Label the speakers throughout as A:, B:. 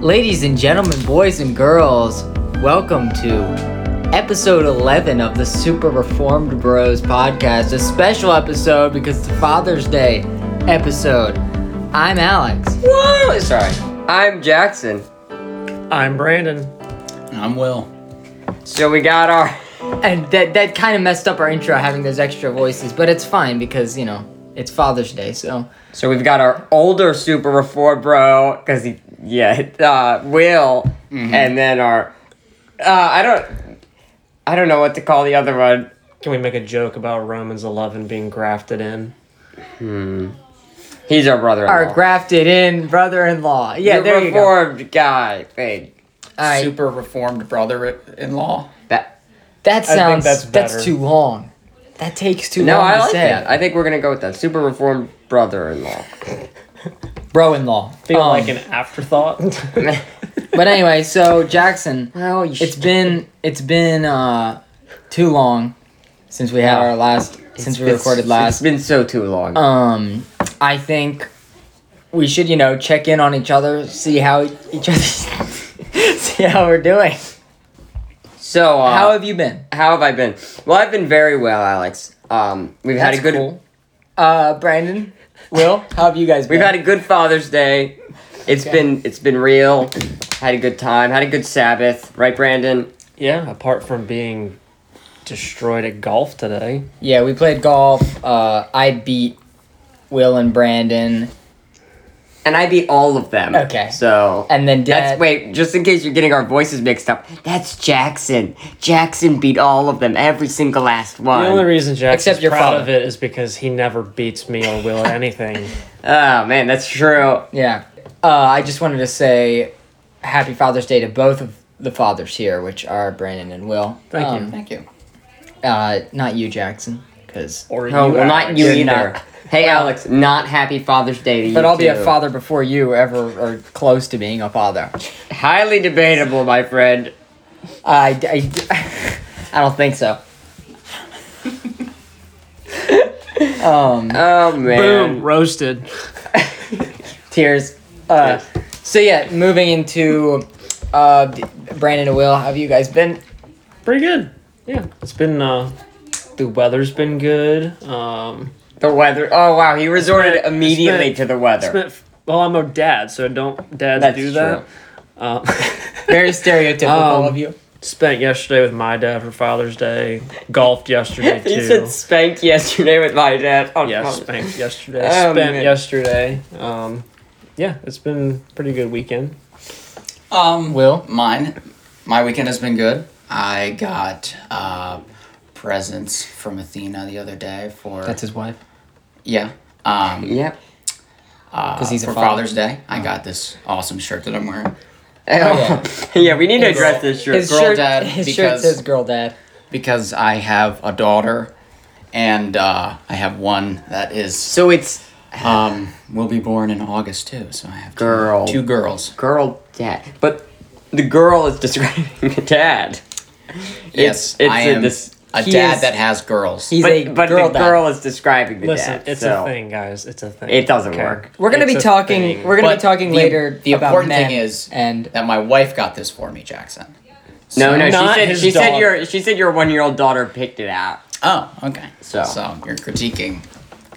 A: Ladies and gentlemen, boys and girls, welcome to episode 11 of the Super Reformed Bros podcast, a special episode because it's a Father's Day episode. I'm Alex.
B: Whoa! Sorry. I'm Jackson.
C: I'm Brandon.
D: I'm Will.
B: So we got our.
A: And that, that kind of messed up our intro having those extra voices, but it's fine because, you know, it's Father's Day, so.
B: So we've got our older Super Reform Bro, because he. Yeah, uh, Will.
A: Mm-hmm.
B: And then our. Uh, I don't. I don't know what to call the other one.
C: Can we make a joke about Romans 11 being grafted in?
B: He's our brother in law.
A: Our grafted in brother in law. Yeah, there you go. All
B: reformed guy thing.
A: right.
D: Super reformed brother-in-law.
B: That.
A: That
C: think
A: sounds
C: that's
A: that's,
C: better.
A: too long. That takes too
B: No,
A: long
B: I
A: to
B: like
A: say.
B: that. I think we're gonna go with that. Super Reformed brother in law.
A: Bro-in-law.
C: Feel
A: Um,
C: like an afterthought.
A: but anyway, so Jackson,
B: Well, you
A: it's been it's been uh too long since we had our last since we recorded
B: It's
A: last.
B: been so too long.
A: Um, I think we should you know check in on each other, see how e-, each other, see how we're doing.
B: so uh,
A: How have you been?
B: how have I been? Well, I've been very well, Alex. Um, we've had a
A: That's
B: good
A: cool. Uh, Brandon, Will, how have you guys been?
B: we've had a good Father's Day. It's
A: Okay.
B: been it's been real. Had a good time. Had a good Sabbath, right, Brandon?
C: yeah, apart from being destroyed at golf today.
A: Yeah, we played golf. Uh, I beat Will and Brandon,
B: And I beat all of them.
A: Okay.
B: So
A: and then
B: that's
A: Dad.
B: wait, just in case you're getting our voices mixed up. That's Jackson. Jackson beat all of them, every single last
C: The only
B: one.
C: reason Jackson's
A: Except your
C: proud
A: father.
C: of it is because he never beats me or Will at anything.
B: Oh man, that's true.
A: Yeah, uh, I just wanted to say Happy Father's Day to both of the fathers here, which are Brandon and Will. Um,
C: Thank you.
D: Thank you.
A: Uh, not you, Jackson, because.
C: Or
B: No,
C: you,
B: Oh, well,
C: Alex.
B: not you
A: You're
B: either.
A: not.
B: Hey, Alex, not happy Father's Day to you.
A: But I'll be a
B: too.
A: father before you ever are close to being a father.
B: Highly debatable, my friend.
A: I, I, I don't think so. um,
B: Oh man.
C: Boom, roasted.
A: tears. Uh, So yeah, moving into uh, D- Brandon and Will, how have you guys been?
C: Pretty good. Yeah, it's been, uh, the weather's been good. Um,
B: The weather. Oh wow, he resorted
C: Spent-
B: immediately
C: spent-
B: to the weather.
C: spent- well, I'm a dad, so don't dads
B: That's
C: do that. Um,
A: Very stereotypical
C: Um,
A: of you.
C: Spent yesterday with my dad for Father's Day. Golfed yesterday too.
B: He said spank yesterday with my dad. Oh,
C: yeah,
B: God.
C: spanked yesterday.
B: Oh,
C: spent
B: man.
C: yesterday. Um, yeah, it's been a pretty good weekend.
D: Um,
A: Will?
D: mine. My weekend has been good. I got uh, presents from Athena the other day for
A: That's his wife.
D: yeah. Um,
B: Yep.
D: uh,
A: 'Cause he's a
D: for
A: father. Oh.
D: Father's Day. I got this awesome shirt that I'm wearing.
B: Oh, yeah. we need to address this shirt.
A: His
D: Girl
A: shirt,
D: dad,
A: his shirt
D: because-
A: says "girl dad."
D: because I have a daughter, and uh, I have one that is
B: so it's
D: um, will be born in August too. So I have two,
B: Girl.
D: two girls.
B: girl dad, but the girl is describing the dad.
D: yes,
B: it's
D: I
B: a-
D: am a,
B: this- he
D: dad
B: is-
D: that has girls.
A: He's a
B: But, but
A: girl
B: the
A: dad.
B: girl is describing the
C: Listen,
B: dad.
C: it's
B: so
C: a thing, guys. It's a thing.
B: It doesn't work.
A: We're gonna
C: It's
A: be
C: a
A: talking.
C: thing.
A: We're gonna be
D: But
A: talking
D: the-
A: later.
D: The
A: about
D: important
A: men
D: thing is
A: and
D: that my wife got this for me, Jackson.
B: No, no, she
C: Not
B: said
C: his
B: she said
C: daughter.
B: your she said your one year old daughter picked it out.
D: Oh, okay.
B: So.
D: so you're critiquing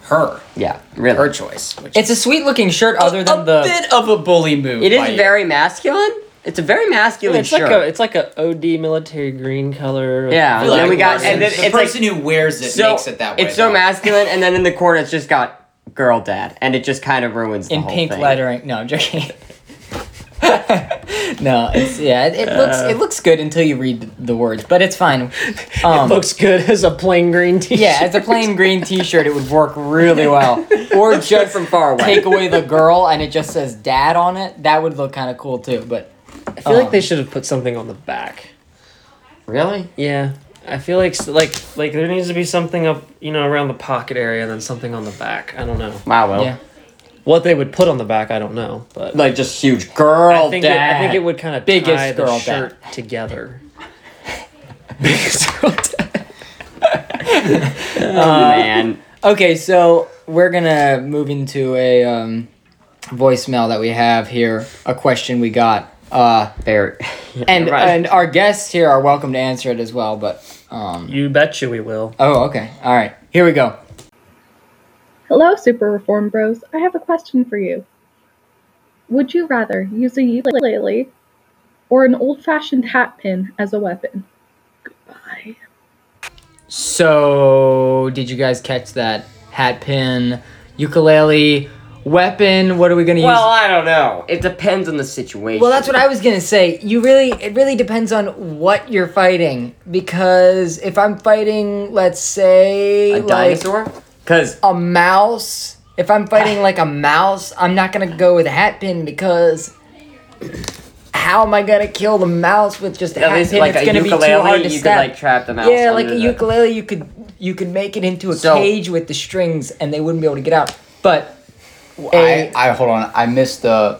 D: her,
B: Yeah, really.
D: her choice. Which
A: it's a sweet looking shirt. Other than
D: a
A: the
D: bit of a bully move.
B: it is
D: by you.
B: very masculine. It's a very masculine
C: It's
B: shirt.
C: like a it's like a OD military green color.
B: Yeah.
D: I
B: And
D: feel
B: then
D: like
B: we got-
D: the
B: and then
D: person- the
B: it's like-
D: person who wears it
B: so
D: makes it that way.
B: It's so
D: though.
B: masculine, and then in the corner, it's just got girl dad, and it just kind of ruins the
A: in
B: whole
A: pink
B: thing.
A: lettering. No, I'm joking. no, it's yeah. It, it looks
D: Uh.
A: it looks good until you read the, the words, but it's fine. Um,
C: Looks good as a plain green t
A: yeah, as a plain green T-shirt, it would work really well. Or
B: Good
A: just
B: from far away.
A: take away the girl and it just says dad on it. That would look kind of cool too. But
C: I feel
A: Um,
C: like they should have put something on the back.
B: really?
C: Yeah. I feel like s- like like there needs to be something up you know around the pocket area and then something on the back. I don't know
B: Wow. Well,
A: yeah,
C: what they would put on the back. I don't know, but
B: like just huge girl
C: I think, it,
B: dad.
C: I think it would kind of
A: Biggest
C: tie the
A: girl
C: shirt together.
B: Oh, man.
A: okay. So we're gonna move into a um, voicemail that we have here. A question we got Uh,
B: Very.
A: and
B: Right.
A: and our guests here are welcome to answer it as well. But um,
C: You bet you we will.
A: oh, okay, all right, here we go.
E: Hello, Super Reform Bros. I have a question for you. Would you rather use a ukulele or an old fashioned hat pin as a weapon? Goodbye.
A: So, did you guys catch that hat pin, ukulele, weapon? What are we gonna
B: Well,
A: use?
B: I don't know. It depends on the situation.
A: Well, that's what I was gonna say. You really, it really depends on what you're fighting. Because if I'm fighting, let's say,
B: A
A: like
B: dinosaur? Because
A: a mouse. If I'm fighting like a mouse, I'm not gonna go with a hat pin because how am I gonna kill the mouse with just a
B: at
A: hat
B: least
A: pin?
B: like
A: it's
B: a
A: gonna be too hard
B: ukulele,
A: to
B: you could
A: stab.
B: like trap them out.
A: yeah, like a ukulele, you could you could make it into a
B: So-
A: cage with the strings, and they wouldn't be able to get out. But
D: I, I hold on. I missed the.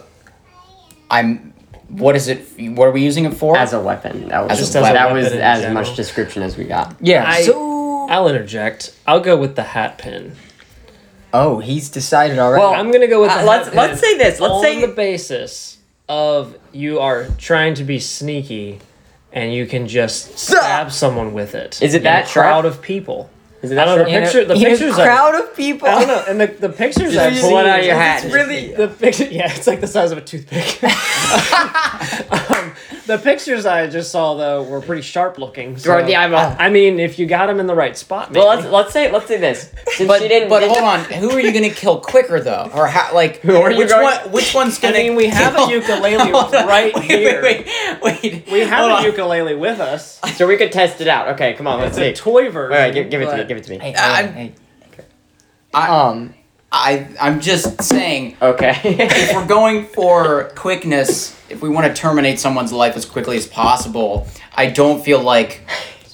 D: I'm. What is it? What are we using it for?
B: As a weapon. That was,
D: As a
B: just,
D: Just as a
B: that
C: weapon
B: was
C: in
B: as
C: general.
B: much description as we got.
A: yeah,
C: I-
A: so
C: I'll interject. I'll go with the hat pin.
A: oh, he's decided already.
B: Well,
C: I'm gonna go with the
B: Uh,
C: hat
B: let's
C: pin
B: let's say this. Let's
C: on
B: say
C: the basis of you are trying to be sneaky, and you can just stab someone with it.
B: Is it
C: in
B: that
C: a crowd
B: trap?
C: of people?
B: is
C: I don't know. The
A: In a-
C: picture. The
A: in a
C: pictures. I,
A: crowd of people.
C: I don't know. And the, the pictures
B: Just
C: I've
B: pull it
C: seen-
B: out of your hat.
C: It's really the picture. Yeah, it's like the size of a toothpick. um, the pictures I just saw though were pretty sharp looking. So,
B: Toward the eyeball.
C: I mean, if you got them in the right spot, maybe.
B: Well, let's let's say let's say this. Since
D: but
B: she didn't,
D: but hold on. Who are you gonna kill quicker though? Or how? Like who
B: are you
D: which
B: going-
D: one? Which one's
C: I
D: gonna?
C: mean, we have a
D: kill-
C: ukulele
D: Hold on.
C: right
D: wait,
C: here.
D: Wait, wait, wait.
C: We have
D: Hold
C: a
D: on.
C: ukulele with us.
B: So we could test it out. Okay, come on. Let's
C: It's
B: see.
C: a toy version.
B: All right, give, give it to me.
C: but-
B: Give it to me.
A: Hey, hey,
D: I'm-
A: hey.
D: I,
A: Um,
D: I I'm just saying. If
B: Okay.
D: we're going for quickness, if we want to terminate someone's life as quickly as possible, I don't feel like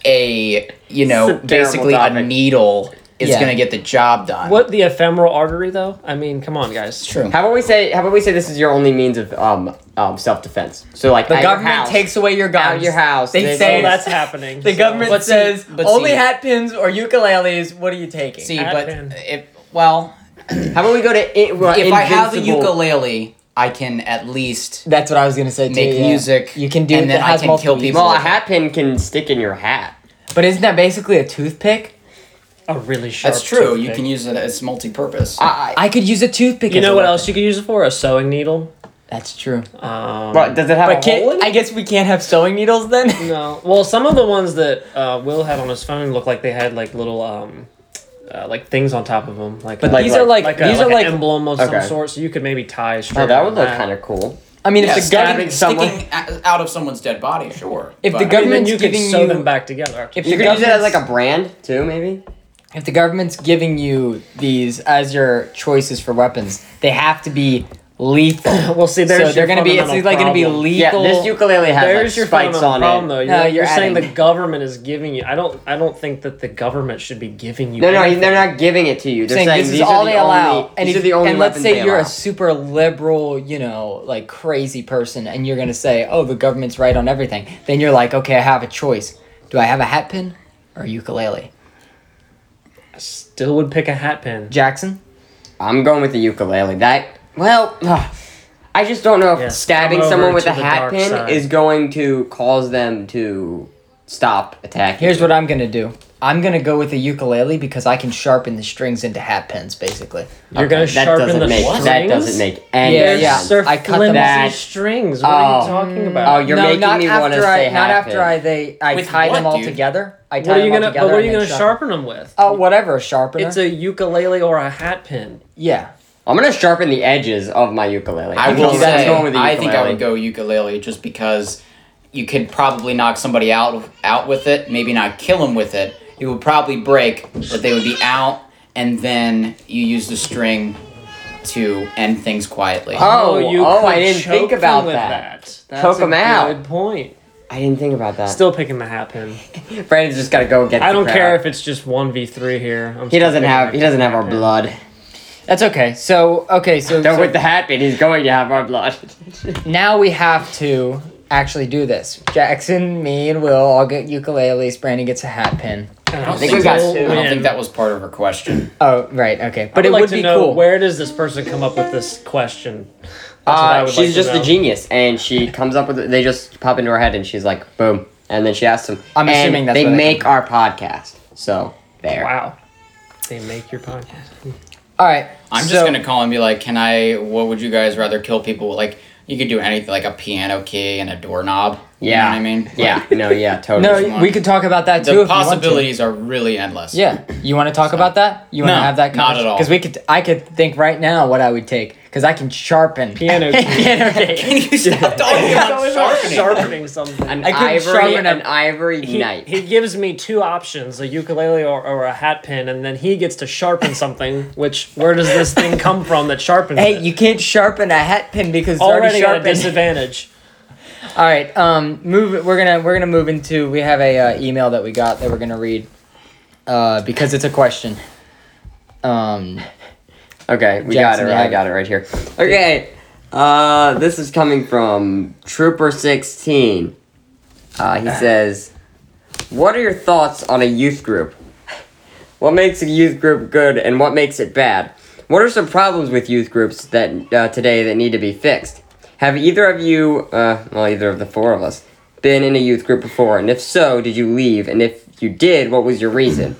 D: a you know
B: It's a terrible
D: basically a
B: topic.
D: needle is
A: Yeah.
D: gonna get the job done.
C: What the ephemeral artery though? I mean, come on, guys.
A: true.
B: how about we say? How about we say this is your only means of um um self defense? So like
A: The
B: at your
A: government
B: house-
A: takes away your guns.
B: out of your house.
A: They
B: there's-
A: say
C: Oh, that's happening.
A: The
C: so-
A: government
D: But see-
A: says
D: but
A: only
D: see-
A: hat pins or ukuleles. What are you taking?
D: See,
C: Hat
D: but
C: pin.
D: if well,
B: How about we go to i- well,
D: if I have a
B: invincible-
D: ukulele, I can at least
A: That's what I was gonna say. too,
D: Make
A: yeah.
D: music,
A: You can do
D: and
A: it
D: then
A: that
D: I
A: has
D: can
A: multiple
D: kill people.
B: Well, a hat pin can stick in your hat.
A: uses. But isn't that basically a toothpick?
C: a really sharp.
D: that's true. You
C: toothpick.
D: can use it as multi-purpose.
A: I, could use a toothpick.
C: You
A: as a
C: know what
A: weapon.
C: else you could use it for? A sewing needle.
A: That's true.
C: Um,
B: But does it have
A: But
B: a hole in
A: can't,
B: it?
A: I guess we can't have sewing needles then.
C: no. Well, some of the ones that uh, Will had on his phone looked like they had like little um, uh, like things on top of them. Like but
A: these are like,
C: like
A: these
C: a,
A: are
C: like,
A: like.
C: an emblem of
B: Okay.
C: some sort. So you could maybe tie. A string
B: Oh, that would
C: around
A: Uh,
B: look kind of cool.
A: I mean,
D: yeah,
A: if the
D: sticking,
A: government,
B: someone-
D: sticking a- out of someone's dead body, sure.
A: If the gov-
D: but-
C: And then
A: Government's
C: you could
A: giving
C: sew
A: you-
C: them back together.
A: if
B: You
A: the
B: could use it as
A: government's,
B: like a brand too, maybe.
A: if the government's giving you these as your choices for weapons, they have to be lethal.
C: Well, see, there's
A: so they're
C: your
A: gonna be it's
C: fundamental
A: like gonna be
C: problem.
B: Yeah,
A: lethal.
B: this ukulele has
C: There's
B: like,
C: your
B: spikes
C: fundamental
B: on
C: problem,
B: it.
C: though. You're,
A: No,
C: you're,
A: you're
C: saying the
A: adding-
C: government is giving you. I don't. I don't think that the government should be giving you.
B: No, no,
C: anything.
B: they're not giving it to you. They're
A: saying,
B: saying,
A: this
B: these
A: is all
B: are the
A: they allow.
B: Only,
A: and
B: these
A: if,
B: are the only
A: and let's
B: weapons
A: say
B: they
A: you're
B: allow.
A: a super liberal, you know, like crazy person, and you're gonna say, "Oh, the government's right on everything." Then you're like, "Okay, I have a choice. Do I have a hat pin or a ukulele?"
C: I still would pick a hat pin.
A: Jackson,
B: I'm going with the ukulele. That well, ugh, I just don't know if
C: Yes,
B: stabbing
C: come over
B: someone with
C: to
B: a
C: the
B: hat
C: dark
B: pin
C: side.
B: is going to cause them to stop attacking.
A: here's
B: you.
A: what I'm gonna do. I'm gonna go with a ukulele because I can sharpen the strings into hat pins, basically.
C: You're gonna
B: that
C: sharpen
B: doesn't
C: the
B: make
C: strings.
B: that doesn't make any
A: Yeah,
B: sense.
A: yeah.
C: They're
A: I cut them
C: flimsy
B: off.
C: strings. What
B: Oh.
C: are you talking
B: Oh,
C: about?
B: you're making
A: not
B: me want to
A: after
B: say
A: I, not
B: hat pin.
A: after I they I
D: With
A: tie them
D: what,
A: all
D: dude?
A: together. I tie
C: what are you
A: them all
C: gonna? But
A: together.
C: what are
A: and
C: you
A: then
C: gonna sharpen them with?
A: Oh, whatever, a sharpener.
C: It's a ukulele or a hat pin.
A: yeah.
B: I'm gonna sharpen the edges of my ukulele.
D: I
B: I'm
D: will
B: going- that's
D: say,
B: going with the
D: I think I
B: ukulele.
D: would go ukulele just because you could probably knock somebody out out with it, maybe not kill them with it. It would probably break, but they would be out, and then you use the string to end things quietly.
B: Oh,
C: you
B: oh,
C: could
B: I didn't
C: choke
B: think about
C: them with
B: that.
C: That's
B: Choke
C: a
B: 'em out.
C: Good point.
B: I didn't think about that.
C: Still picking the hat pin.
B: Brandon's just gotta go get.
C: I don't
B: the
C: care
B: crowd.
C: if it's just one v three here. I'm
B: he
C: still
B: doesn't
C: picking
B: have. He doesn't have our
C: hat pin.
B: blood.
A: That's okay. So okay, so,
B: Though
A: so
B: with the hat pin, he's going to have our blood.
A: now we have to actually do this. Jackson, me, and Will all get ukuleles. Brandon gets a hat pin.
C: I
B: think we got two.
D: I don't think that was part of her question.
A: Oh, right, okay. But
C: But
A: it
C: like
A: would
C: to
A: be
C: know
A: cool.
C: Where does this person come up with this question? That's what I
B: Uh,
C: would
B: she's
C: like to
B: just a
C: know.
B: genius, and she comes up with. They just pop into her head, and she's like, "Boom!" And then she asks them.
A: I'm
B: and
A: assuming that's
B: they
A: where they
B: make our podcast. So there.
C: Wow. They make your podcast.
A: All right.
D: I'm just
A: so-
D: gonna call and be like, "Can I? What would you guys rather kill people? with?" Like, you could do anything, like a piano key and a doorknob.
B: Yeah.
D: you know what I mean,
B: Yeah. no. Yeah. Totally.
A: No, we could talk about that too.
D: the
A: if you want to.
D: possibilities are really endless.
A: Yeah, you want to talk about that? You want to
D: No,
A: have that?
D: not at all.
A: Because we could, I could think right now what I would take because I can sharpen.
C: Piano key.
A: Piano key.
D: Can you stop talking about
C: It's always
D: sharpening?
C: about sharpening something.
B: an
A: I couldn't
B: ivory,
A: sharpen a-
B: an ivory
C: he,
B: knife.
C: he gives me two options a ukulele or, or a hat pin and then he gets to sharpen something which where does this thing come from that sharpens
A: hey,
C: it?
A: you can't sharpen a hat pin because it's already,
C: already at a
A: sharpened.
C: disadvantage
A: All right, um, move. We're gonna we're gonna move into. We have a uh, email that we got that we're gonna read, uh, because it's a question. Um,
B: Okay, we
A: Jackson,
B: got it.
A: you
B: I
A: have
B: got it right here. Okay, uh, this is coming from Trooper sixteen. Uh, he says, "What are your thoughts on a youth group? What makes a youth group good, and what makes it bad? What are some problems with youth groups that uh, today that need to be fixed? Have either of you, uh, well, either of the four of us, been in a youth group before? And if so, did you leave? And if you did, what was your reason?"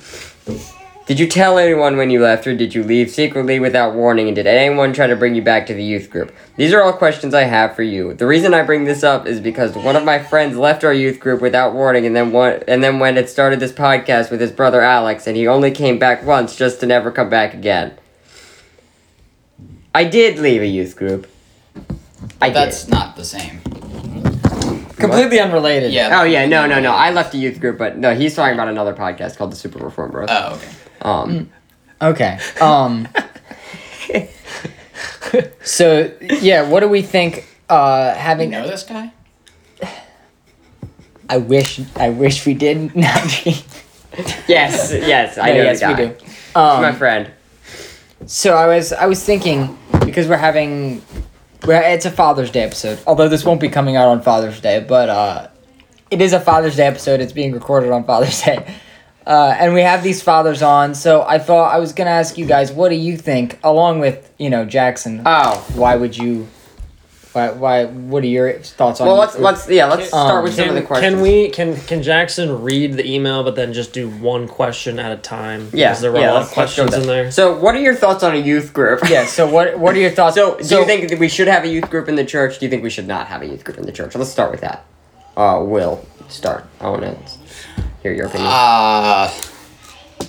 B: Did you tell anyone when you left, or did you leave secretly without warning, and did anyone try to bring you back to the youth group? These are all questions I have for you. The reason I bring this up is because one of my friends left our youth group without warning, and then one, and then when it started this podcast with his brother Alex, and he only came back once just to never come back again. I did leave a youth group. I
D: That's
B: did.
D: not the same.
A: completely unrelated.
D: Yeah.
B: Oh yeah, no, no, no. I left a youth group, but no, he's talking about another podcast called the Super Reform Bros.
D: Oh, okay.
B: um,
A: Mm. Okay. Um. so yeah, what do we think? Uh,
D: You
A: having
D: know this guy?
A: I wish I wish we did. No, I'm kidding.
B: Yes, yes, I
A: No,
B: know
A: yes,
B: the
A: we
B: guy.
A: do.
B: He's my
A: Um,
B: friend.
A: so I was I was thinking because we're having, well, it's a Father's Day episode. Although this won't be coming out on Father's Day, but uh, it is a Father's Day episode. It's being recorded on Father's Day, uh, and we have these fathers on. So I thought I was gonna ask you guys, what do you think? Along with you know Jackson,
B: Oh,
A: why would you? Why? Why? What are your thoughts on?
B: well,
A: youth
B: let's
A: group?
B: let's yeah, let's
A: Um,
B: start with some of the
C: can,
B: questions.
C: can we can can jackson read the email but then just do one question at a time because
B: Yeah,
C: there were
B: yeah,
C: a lot
B: let's-
C: of
B: let's go
C: questions
B: with
C: in
B: that.
C: there
B: So, what are your thoughts on a youth group?
A: Yeah. So what? What are your thoughts?
B: So, do you think that we should have a youth group in the church? Do you think we should not have a youth group in the church? Let's start with that. Uh, Will, start. I want to hear your opinion.
D: Uh,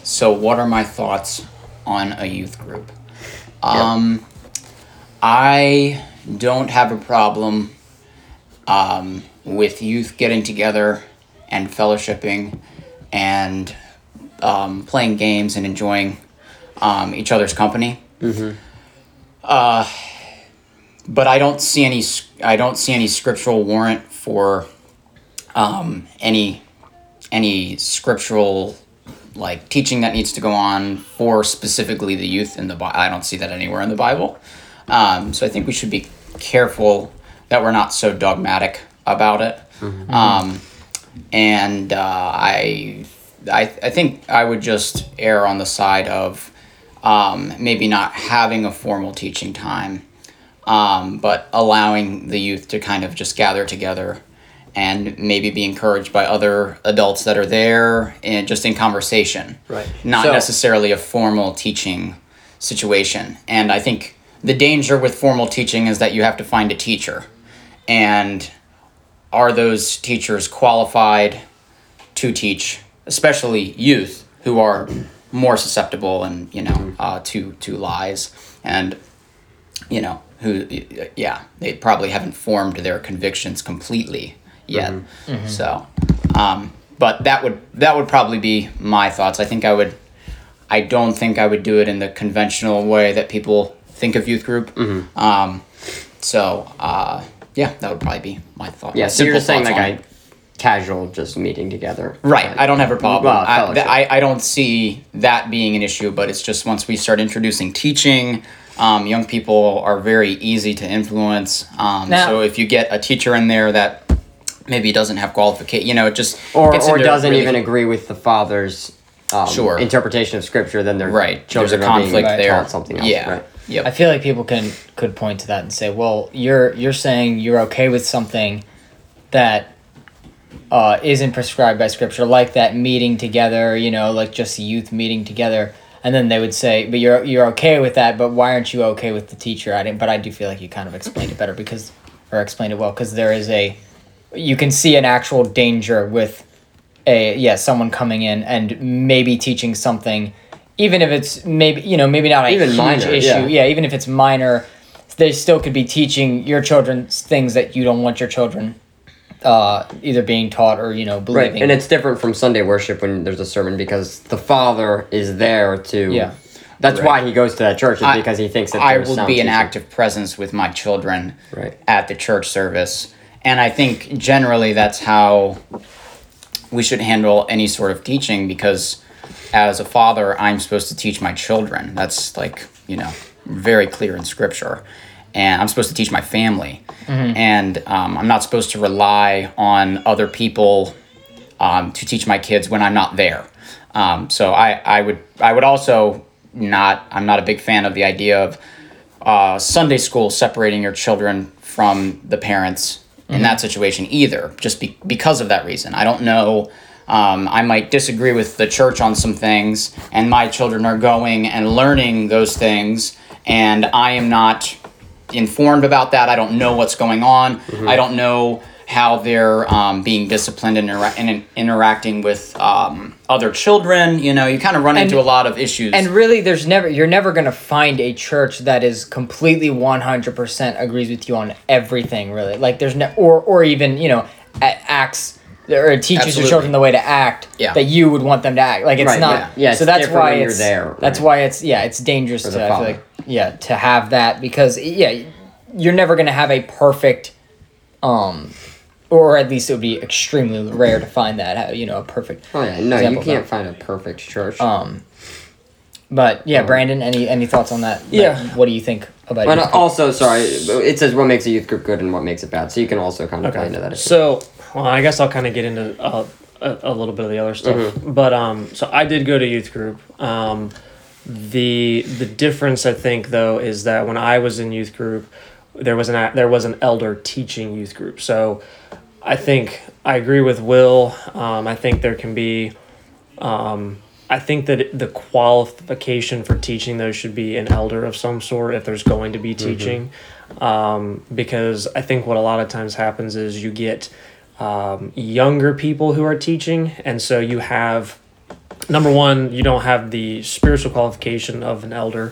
D: so what are my thoughts on a youth group? Um, I don't have a problem um, with youth getting together and fellowshipping and um, playing games and enjoying um, each other's company. Mm-hmm. Uh, but I don't see any. s- I don't see any scriptural warrant for um, any any scriptural like teaching that needs to go on for specifically the youth in the Bible. I don't see that anywhere in the Bible. Um, so I think we should be careful that we're not so dogmatic about it. Um, and uh, I, I, I think I would just err on the side of um, maybe not having a formal teaching time, um, but allowing the youth to kind of just gather together and maybe be encouraged by other adults that are there and just in conversation.
C: Right.
D: Not
B: So-
D: necessarily a formal teaching situation. And I think the danger with formal teaching is that you have to find a teacher. And are those teachers qualified to teach, especially youth who are more susceptible and you
B: Mm-hmm.
D: know uh, to to lies and you know who yeah they probably haven't formed their convictions completely yet
B: Mm-hmm.
D: so um, but that would that would probably be my thoughts I think I would I don't think I would do it in the conventional way that people think of youth group
B: Mm-hmm.
D: um, so uh, yeah that would probably be my thought
B: yeah,
D: my
B: so you're
D: simple
B: just saying
D: thoughts
B: like
D: on
B: a
D: it.
B: casual just meeting together. Uh,
D: Right. I don't have a problem.
B: Well,
D: I, th-
B: fellowship.
D: I, I don't see that being an issue, but it's just once we start introducing teaching, um, young people are very easy to influence. Um,
A: Now-
D: so if you get a teacher in there that maybe doesn't have qualification, you know, it just
B: Or
D: gets
B: or
D: into a
B: doesn't
D: really-
B: even agree with the father's um,
D: Sure.
B: interpretation of scripture, then their
D: Right. There's a
B: children are being
D: conflict there.
B: taught something else.
D: Yeah.
B: Right.
D: Yep.
A: I feel like people can could point to that and say, "Well, you're you're saying you're okay with something that uh, isn't prescribed by scripture, like that meeting together, you know, like just youth meeting together." And then they would say, "But you're you're okay with that, but why aren't you okay with the teacher?" I didn't, but I do feel like you kind of explained it better because, or explained it well, because there is a, you can see an actual danger with a yeah someone coming in and maybe teaching something even if it's maybe you know maybe not a
B: Even
A: huge
B: minor,
A: issue
B: yeah.
A: even if it's minor they still could be teaching your children s- things that you don't want your children uh, either being taught or you know
B: Right,
A: believing
B: and it's different from Sunday worship when there's a sermon because the father is there to.
A: Yeah.
B: That's why he goes to that church is
D: I-
B: because he thinks that
D: I
B: there's
D: will
B: sound
D: be an
B: teaching.
D: active presence with my children
B: Right.
D: at the church service. And I think generally that's how we should handle any sort of teaching because as a father, I'm supposed to teach my children. That's like, you know, very clear in scripture. And I'm supposed to teach my family. And um, I'm not supposed to rely on other people um, to teach my kids when I'm not there. Um, so I, I would I would also not I'm not a big fan of the idea of uh, Sunday school separating your children from the parents in that
A: Mm-hmm.
D: situation either, just be, because of that reason. I don't know. Um, I might disagree with the church on some things, and my children are going and learning those things, and I am not informed about that. I don't know what's going on.
A: Mm-hmm.
D: I don't know how they're um, being disciplined and, intera- and in- interacting with um, other children. You know, you kind of run into a lot of issues.
A: And really, there's never you're never gonna find a church that is completely one hundred percent agrees with you on everything. Really, like there's no or or even you know a- acts or teaches your
D: Absolutely.
A: children the way to act
D: Yeah.
A: that you would want them to act. Like it's
B: Right,
A: not.
B: yeah. Yeah,
A: so
B: it's
A: that's
B: different
A: why
B: when you're
A: it's
B: there,
A: That's
B: right.
A: why it's yeah it's dangerous to
B: the
A: I feel
B: father.
A: like yeah to have that because yeah you're never gonna have a perfect um or at least it would be extremely rare to find that uh, you know a perfect
B: Oh yeah, no,
A: example
B: you
A: of that.
B: can't find a perfect church.
A: Um, but yeah, Brandon, any any thoughts on that? Like,
B: Yeah.
A: what do you think about
B: but
A: youth
B: uh, also, sorry, it says what makes a youth group good and what makes it bad, so you can also kind of tie into that. if you-
C: So, well, I guess I'll kind of get into uh, a, a little bit of the other stuff. But um, so I did go to youth group. Um, the the difference I think though is that when I was in youth group, there was an a- there was an elder teaching youth group. So, I think I agree with Will. Um, I think there can be. Um, I think that the qualification for teaching though should be an elder of some sort if there's going to be teaching um, because I think what a lot of times happens is you get um, younger people who are teaching, and so you have number one, you don't have the spiritual qualification of an elder.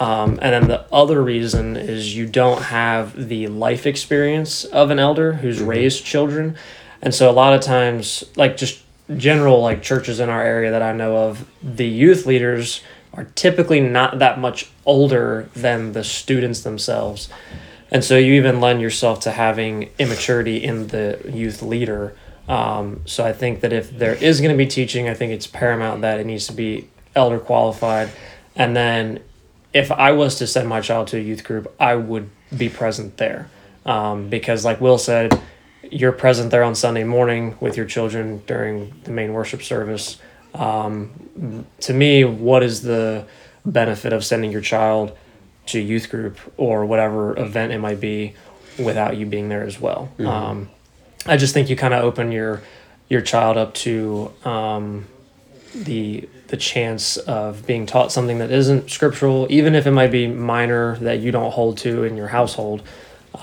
C: Um, and then the other reason is you don't have the life experience of an elder who's raised children. And so a lot of times, like just general like churches in our area that I know of, the youth leaders are typically not that much older than the students themselves. And so you even lend yourself to having immaturity in the youth leader. Um, so I think that if there is going to be teaching, I think it's paramount that it needs to be elder qualified. And then if I was to send my child to a youth group, I would be present there. Um, because, like Will said, you're present there on Sunday morning with your children during the main worship service. Um, to me, what is the benefit of sending your child to youth group or whatever event it might be without you being there as well?
B: Mm-hmm.
C: Um, I just think you kind of open your your child up to um, the the chance of being taught something that isn't scriptural, even if it might be minor that you don't hold to in your household,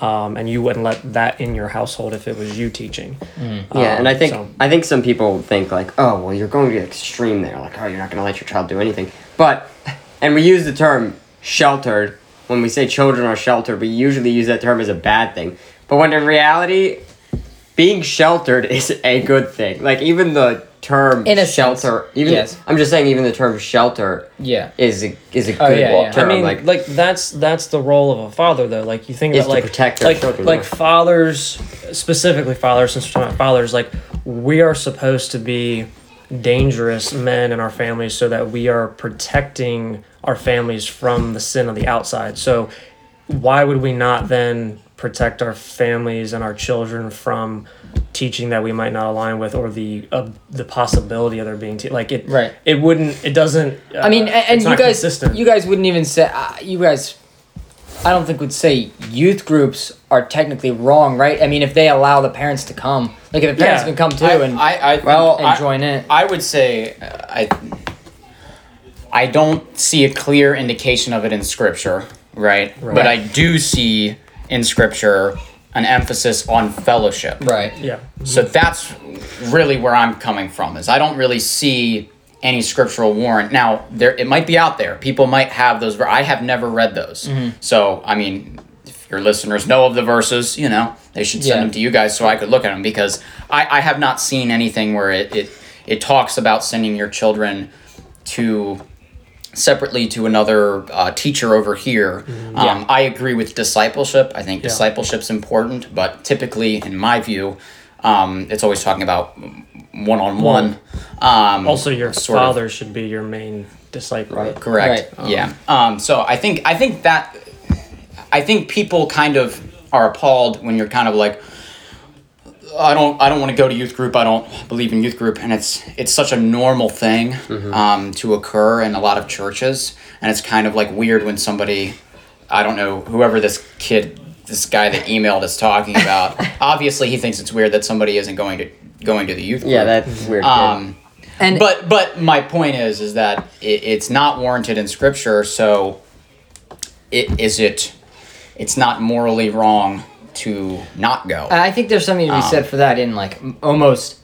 C: um, and you wouldn't let that in your household if it was you teaching. Um,
B: yeah,
A: Um,
B: and I think
C: so-
B: I think some people think like, oh, well, you're going to the extreme there, like, oh, you're not going to let your child do anything. But, and we use the term sheltered when we say children are sheltered. We usually use that term as a bad thing, but when in reality, being sheltered is a good thing. Like even the term
A: In a sense,
B: shelter, even
A: yes.
B: I'm just saying, even the term shelter,
A: Yeah.
B: is a, is a good
A: Oh, yeah, yeah. I Um,
B: term.
C: I mean,
B: like,
C: like, that's that's the role of a father, though. Like you think
B: Is
C: about
B: to
C: like
B: protect their
C: like
B: children,
C: like
B: yeah.
C: fathers specifically fathers since we're talking about fathers, like we are supposed to be dangerous men in our families so that we are protecting our families from the sin of the outside. So why would we not then protect our families and our children from teaching that we might not align with or the uh, the possibility of there being te- like it
A: Right.
C: it wouldldn't it doesn't uh,
A: I mean, a- and,
C: it's
A: you
C: not
A: guys,
C: consistent.
A: you guys wouldn't even say uh, you guys I don't think would say youth groups are technically wrong, right? I mean, if they allow the parents to come, like if the parents
C: Yeah.
A: can come too
D: I,
A: and
D: I, I,
A: well,
D: I-
A: and join it.
D: I would say uh, I I don't see a clear indication of it in scripture, right? But I do see in scripture an emphasis on fellowship.
A: right.
C: Yeah.
D: So that's really where I'm coming from is I don't really see any scriptural warrant. Now, there it might be out there. People might have those ver- I have never read those. So, I mean, if your listeners know of the verses, you know, they should send
A: Yeah.
D: them to you guys so I could look at them because I, I have not seen anything where it, it it talks about sending your children to separately to another uh, teacher over here. Um, I agree with discipleship. I think discipleship's important, but typically, in my view, um, it's always talking about one on one.
C: Also, your
D: Sort of.
C: father should be your main disciple.
D: Correct. yeah. Um, so I think I think that I think people kind of are appalled when you're kind of like, I don't I don't want to go to youth group. I don't believe in youth group, and it's it's such a normal thing
B: Mm-hmm.
D: um, to occur in a lot of churches, and it's kind of like weird when somebody, I don't know whoever this kid. This guy that emailed is talking about. Obviously, he thinks it's weird that somebody isn't going to going to the youth group.
B: Yeah, that's weird. kid.
C: Uh,
D: Um,
A: And-
D: but but my point is is that it, it's not warranted in scripture. So, it is it. It's not morally wrong to not go.
A: And I think there's something
C: Um,
A: to be said for that in like m- almost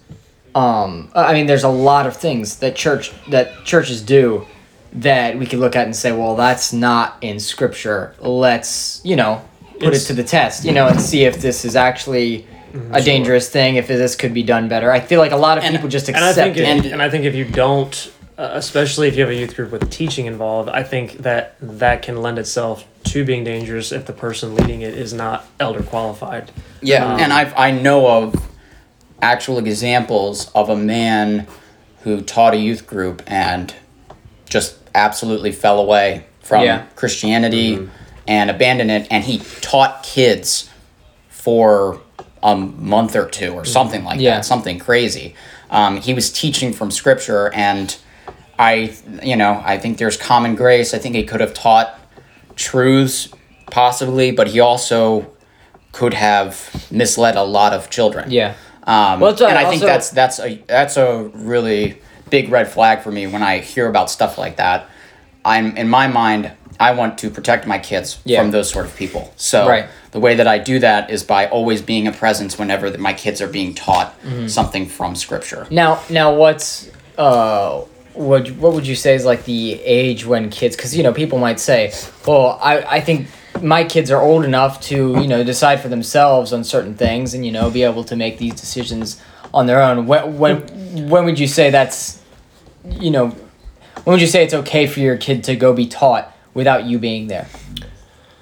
A: um I mean there's a lot of things that church that churches do that we could look at and say, well, that's not in scripture. Let's, you know, put
C: It's-
A: it to the test, you know, and see if this is actually a dangerous thing, if this could be done better. I feel like a lot of
D: And-
A: people just
C: and I
A: accept
C: think
A: it.
C: if,
D: And-
C: and, I think if you don't, uh, especially if you have a youth group with teaching involved, I think that that can lend itself to being dangerous if the person leading it is not elder qualified.
D: Yeah,
C: Um,
D: and I've I know of actual examples of a man who taught a youth group and just absolutely fell away from
A: Yeah. Mm-hmm.
D: Christianity and abandoned it, and he taught kids for a month or two or something like
A: Yeah.
D: that, something crazy. Um, he was teaching from scripture, and I, you know, I think there's common grace. I think he could have taught truths possibly, but he also could have misled a lot of children.
A: yeah.
D: Um,
A: Well, that's what
D: and
A: I
D: I think
A: also-
D: that's that's a that's a really big red flag for me when I hear about stuff like that. I'm in my mind, I want to protect my kids
A: Yeah.
D: from those sort of people. So
A: Right.
D: the way that I do that is by always being a presence whenever that my kids are being taught
A: Mm-hmm.
D: something from scripture.
A: Now, now, what's uh, what what would you say is like the age when kids? Because you know, people might say, "Well, I I think my kids are old enough to you know decide for themselves on certain things, and you know, be able to make these decisions on their own." When when when would you say that's you know when would you say it's okay for your kid to go be taught without you being there?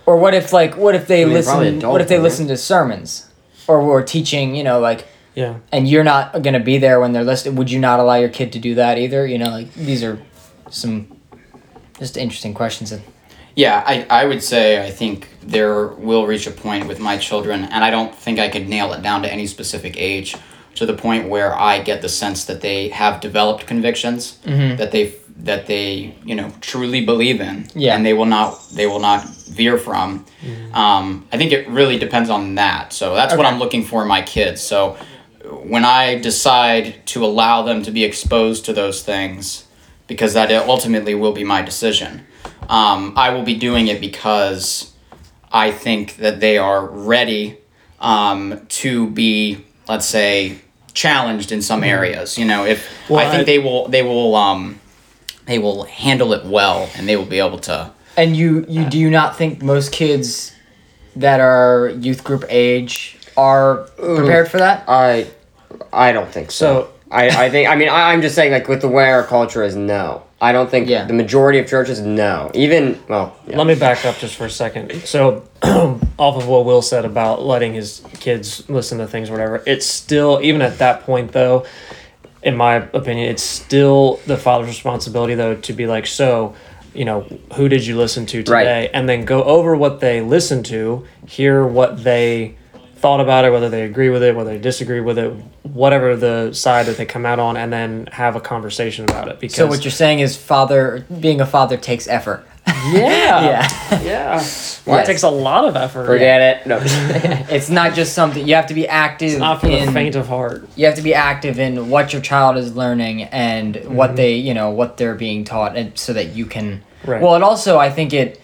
A: Or what if like what if they
B: mean, probably
A: listen?
B: adult,
A: What if they
B: right?
A: listen to sermons, or or teaching? You know, like
C: Yeah.
A: and you're not gonna be there when they're listed, would you not allow your kid to do that either? You know, like these are some just interesting questions. And
D: Yeah, I, I would say I think there will reach a point with my children, and I don't think I could nail it down to any specific age, to the point where I get the sense that they have developed convictions that they that they you know truly believe in,
A: Yeah.
D: and they will not they will not veer from. Um, I think it really depends on that. So that's what I'm looking for in my kids. So when I decide to allow them to be exposed to those things, because that ultimately will be my decision. Um, I will be doing it because I think that they are ready um, to be, let's say, challenged in some areas. You know, if I
C: Well,
D: think
C: I-
D: they will, they will, um, they will handle it well, and they will be able to.
A: and you you do you not think most kids that are youth group age are prepared for that?
B: I I don't think so.
C: So-
B: I, I think I mean I, I'm just saying like with the way our culture is no. I don't think
A: Yeah.
B: the majority of churches no. Even well yeah.
C: Let me back up just for a second. So, off of what Will said about letting his kids listen to things, or whatever, it's still, even at that point, though, in my opinion, it's still the father's responsibility, though, to be like, so, you know, who did you listen to
B: Right.
C: today? And then go over what they listened to, hear what they thought about it, whether they agree with it, whether they disagree with it, whatever the side that they come out on, and then have a conversation about it. Because
A: So what you're saying is father being a father takes effort.
C: Yeah.
A: yeah.
C: Yeah. Well,
A: Yes.
C: It takes a lot of effort.
B: Forget it. No.
A: It's not just something you have to be active
C: It's not for the
A: in.
C: faint of heart.
A: you have to be active in what your child is learning and
C: Mm-hmm.
A: what they you know what they're being taught and so that you can
C: Right.
A: well it also i think it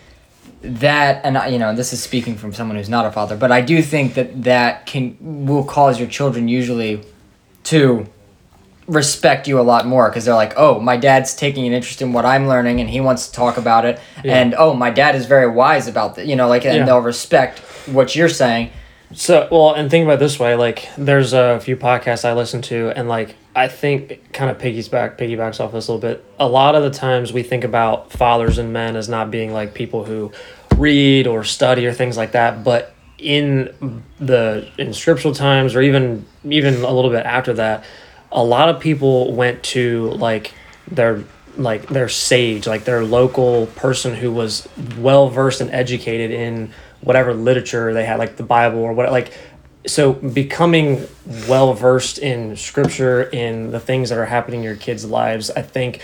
A: that and I- you know this is speaking from someone who's not a father but i do think that that can will cause your children usually to respect you a lot more because they're like oh my dad's taking an interest in what i'm learning and he wants to talk about it
C: Yeah.
A: and oh my dad is very wise about that you know like and
C: Yeah.
A: they'll respect what you're saying
C: So, well, and think about it this way: like, there's a few podcasts I listen to, and like, I think it kind of piggies back, piggybacks off this a little bit. A lot of the times we think about fathers and men as not being like people who read or study or things like that, but in the in scriptural times, or even even a little bit after that, a lot of people went to like their like their sage, like their local person who was well versed and educated in whatever literature they had, like the Bible or what, like so becoming well versed in scripture in the things that are happening in your kids' lives, I think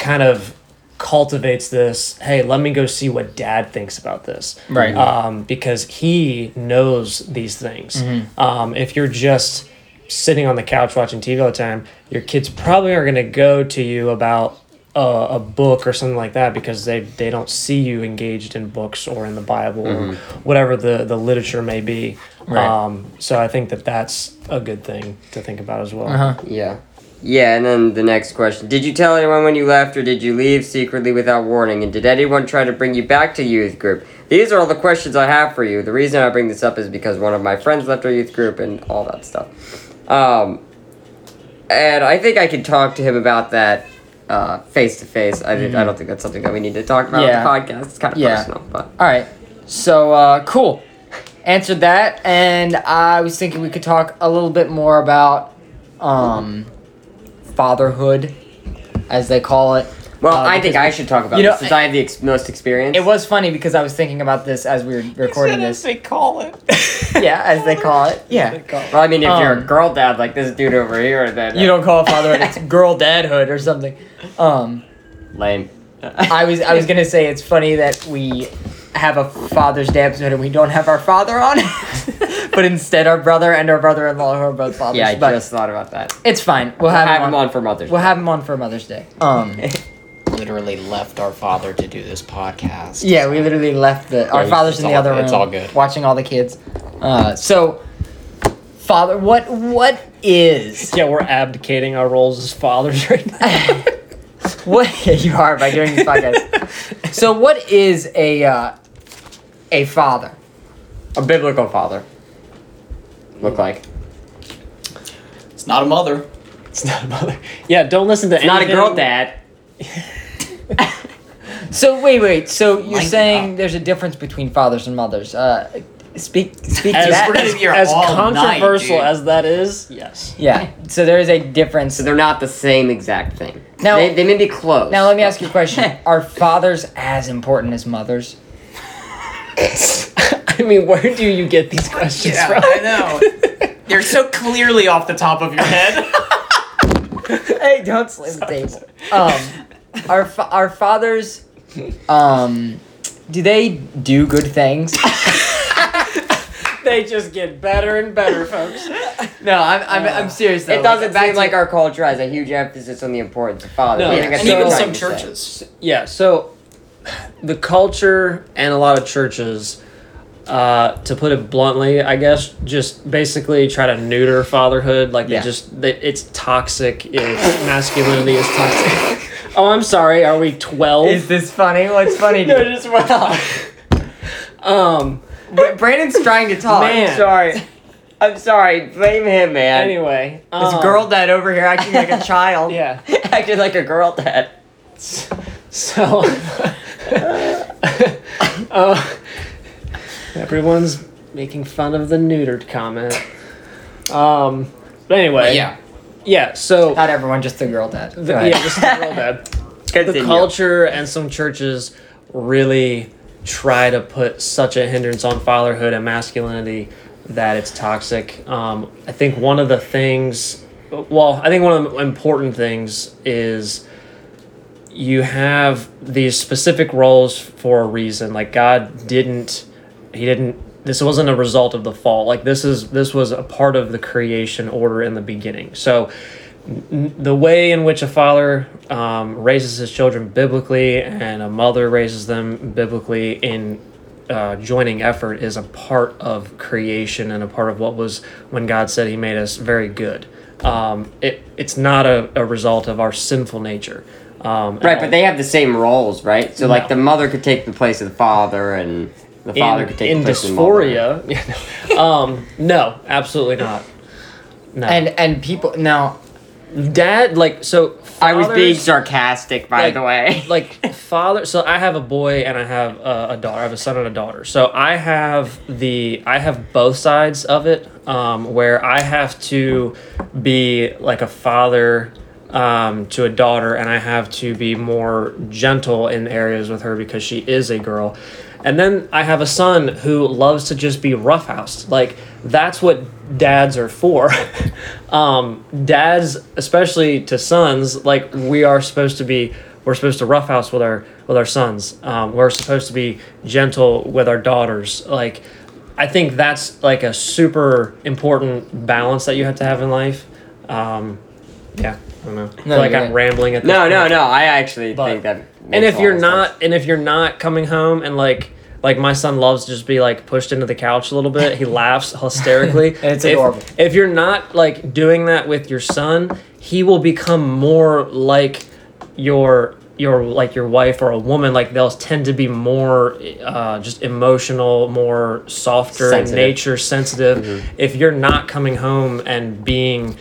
C: kind of cultivates this hey let me go see what dad thinks about this
A: Right.
C: um, because he knows these things
A: Mm-hmm.
C: um, if you're just sitting on the couch watching tv all the time your kids probably are going to go to you about a, a book or something like that because they, they don't see you engaged in books or in the bible or whatever the, the literature may be
A: Mm-hmm. Right.
C: um, so i think that that's a good thing to think about as well
A: Uh-huh.
B: yeah. Yeah, and then the next question. Did you tell anyone when you left or did you leave secretly without warning? And did anyone try to bring you back to youth group? These are all the questions I have for you. The reason I bring this up is because one of my friends left our youth group and all that stuff. Um, and I think I could talk to him about that uh, face to face. I did- I don't think that's something that we need to talk about
A: Hmm. Yeah.
B: on the podcast. It's kind of
A: Yeah.
B: personal, but
A: All right. So uh, cool. Answered that, and I was thinking we could talk a little bit more about um, fatherhood, as they call it.
B: well,
A: Uh,
B: I think
A: because-
B: I should talk about
A: You know,
B: this since I, have the ex- most experience.
A: It was funny because I was thinking about this as we were recording this.
D: they call it.
A: Yeah, as they call it. Yeah.
B: Well, I mean, if you're a
A: Um,
B: girl dad like this dude over here, then
A: You don't call it fatherhood; it's girl dadhood or something. Um,
B: lame.
A: I was I was gonna say it's funny that we have a Father's Day episode and we don't have our father on, but instead our brother and our brother-in-law who are both fathers.
B: Yeah, I
A: but
B: just thought about that.
A: It's fine. We'll,
B: We'll
A: have, him, on.
B: for Mother's
A: We'll have him on for Mother's Day. Um,
D: Literally left our father to do this podcast.
A: yeah, we literally left the our
D: it's-
A: fathers
D: it's
A: in the
D: all-
A: other room.
D: it's all good.
A: Watching all the kids. Uh, so, father, what what is
C: yeah we're abdicating our roles as fathers right now
A: what you are by doing this podcast? so, what is a uh, a father?
B: Day. A biblical father. Look like.
D: It's not a mother.
C: It's not a mother. Yeah, don't listen to
B: Not a
C: anything.
B: girl dad.
A: So wait, wait. So you're
D: Lighten
A: saying
D: up.
A: there's a difference between fathers and mothers? Uh, speak speak
C: As,
A: to that.
D: we're gonna
C: as,
D: be here
C: as
D: all night,
C: controversial
D: dude.
C: as that is, yes.
A: yeah. So there is a difference.
B: So they're not the same exact thing.
A: Now-
B: they, they may be close.
A: Now let me ask you a question: Are fathers as important as mothers?
C: I mean, where do you get these questions
D: Yeah,
C: from?
D: I know. They're so clearly off the top of your head.
A: hey, don't slam the table. Um, our fa- our fathers, um, do they do good things?
C: They just get better and better, folks.
A: no, I'm I'm, I'm serious. Though.
B: It doesn't
A: back
B: seem
A: to-
B: like our culture has a huge emphasis on the importance of fathers.
C: No,
B: I
C: yeah.
B: think that's
D: and
B: what
D: even
B: I'm
D: some
B: trying to say.
D: churches.
C: Yeah, so the culture and a lot of churches, uh, to put it bluntly, I guess, just basically try to neuter fatherhood. Like
A: Yeah.
C: they just, they, it's toxic. If masculinity is toxic. oh, I'm sorry. Are we twelve?
A: Is this funny? What's funny?
C: No,
A: to
C: just well. um.
A: you? Brandon's trying to talk.
C: Man.
B: Sorry. I'm sorry. Blame him, man.
C: Anyway,
A: This
C: um,
A: girl dad over here acting like a child.
C: Yeah.
B: Acting like a girl dad.
C: So, uh, everyone's making fun of the neutered comment. Um, but anyway,
D: Yeah.
C: yeah. So,
A: Not everyone, just the girl dad.
C: the,
A: Go ahead.
C: yeah, just the girl dad. the
B: Continue.
C: culture and some churches really try to put such a hindrance on fatherhood and masculinity that it's toxic. Um, I think one of the things, well, I think one of the important things is you have these specific roles for a reason. Like God didn't, He didn't. This wasn't a result of the fall. Like this is this was a part of the creation order in the beginning. So the way in which a father um, raises his children biblically and a mother raises them biblically in uh, joining effort is a part of creation and a part of what was when God said He made us very good. Um, it it's not a, a result of our sinful nature. Um,
B: Right, but they have the same roles, right? So like
C: No.
B: the mother could take the place of the father, and the father
C: in,
B: could take
C: in
B: the place of
C: dysphoria. um, no, absolutely not. No,
A: And and people now
C: dad like so.
B: the mother. I was being
C: fathers-
B: sarcastic, by the way.
C: like father so i have a boy and i have a, a daughter i have a son and a daughter so i have the i have both sides of it um, where i have to be like a father um, to a daughter and i have to be more gentle in areas with her because she is a girl and then i have a son who loves to just be roughhoused like that's what dads are for um, dads especially to sons like we are supposed to be we're supposed to roughhouse with our with our sons. Um, we're supposed to be gentle with our daughters. Like, I think that's like a super important balance that you have to have in life. Um, yeah, I don't know. I feel like
A: you're
C: I'm
A: right.
C: rambling at this
B: no,
C: point
B: no, no. I actually
C: but
B: think that.
C: and
B: makes
C: if
B: a
C: you're
B: lot of
C: not
B: sense.
C: and if you're not coming home and like like my son loves to just be like pushed into the couch a little bit he laughs hysterically
A: It's
C: If-
A: adorable.
C: if, you're not like doing that with your son he will become more like your your like your wife or a woman like they'll tend to be more uh, just emotional more softer
B: Sensitive. Mm-hmm.
C: in nature sensitive if you're not coming home and being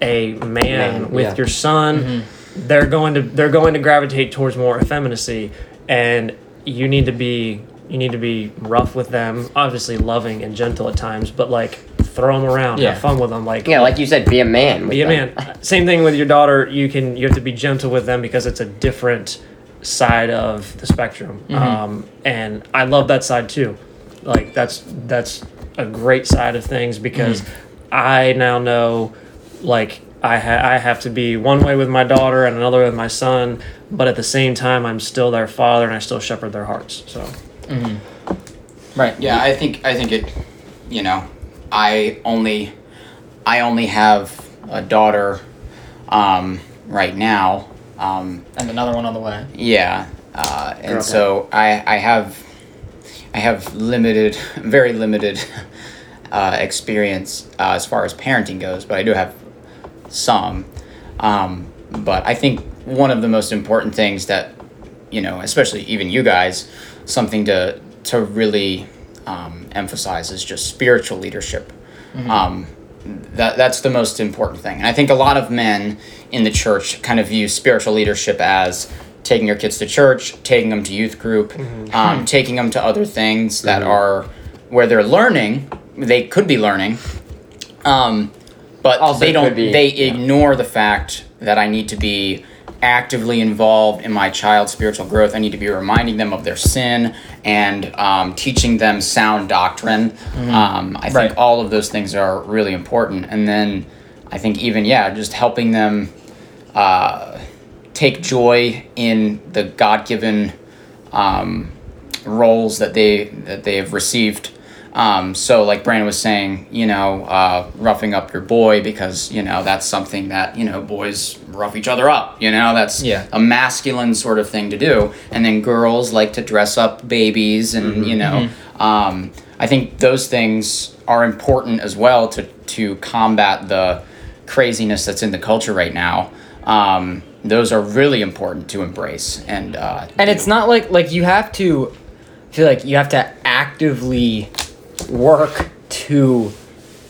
C: a man,
B: Man,
C: with
B: yeah.
C: your son they're going to they're going to gravitate towards more effeminacy and you need to be you need to be rough with them obviously loving and gentle at times but like throw them around
A: Yeah.
C: have fun with them like
B: yeah, like you said, be a man. with
C: be a
B: them.
C: man uh, same thing with your daughter you can you have to be gentle with them because it's a different side of the spectrum um, and i love that side too like that's that's a great side of things because i now know like I, ha- I have to be one way with my daughter and another with my son but at the same time i'm still their father and i still shepherd their hearts so
A: right
D: Yeah, I think I think it. You know, I only, I only have a daughter, um, right now. Um,
A: and another one on the way.
D: yeah, uh, and so I I have, I have limited, very limited, uh, experience uh, as far as parenting goes, but I do have some. Um, but I think one of the most important things that, you know, especially even you guys, something to to really um, emphasize is just spiritual leadership. Um, that that's the most important thing, and I think a lot of men in the church kind of view spiritual leadership as taking your kids to church, taking them to youth group, um, taking them to other things that are where they're learning. They could be learning, um, but
B: Also
D: they don't.
B: could be-
D: they ignore the fact that I need to be actively involved in my child's spiritual growth. I need to be reminding them of their sin and um, teaching them sound doctrine.
B: Mm-hmm.
D: Um, I
A: Right.
D: think all of those things are really important. And then I think even yeah, just helping them uh, take joy in the God given um, roles that they that they have received. Um, so, like Brandon was saying, you know, uh, roughing up your boy because you know that's something that you know boys rough each other up. You know, that's
A: Yeah.
D: a masculine sort of thing to do. And then girls like to dress up babies, and you know,
A: Mm-hmm.
D: um, I think those things are important as well to to combat the craziness that's in the culture right now. Um, those are really important to embrace, and uh,
A: And it's not like like you have to I feel like you have to actively work to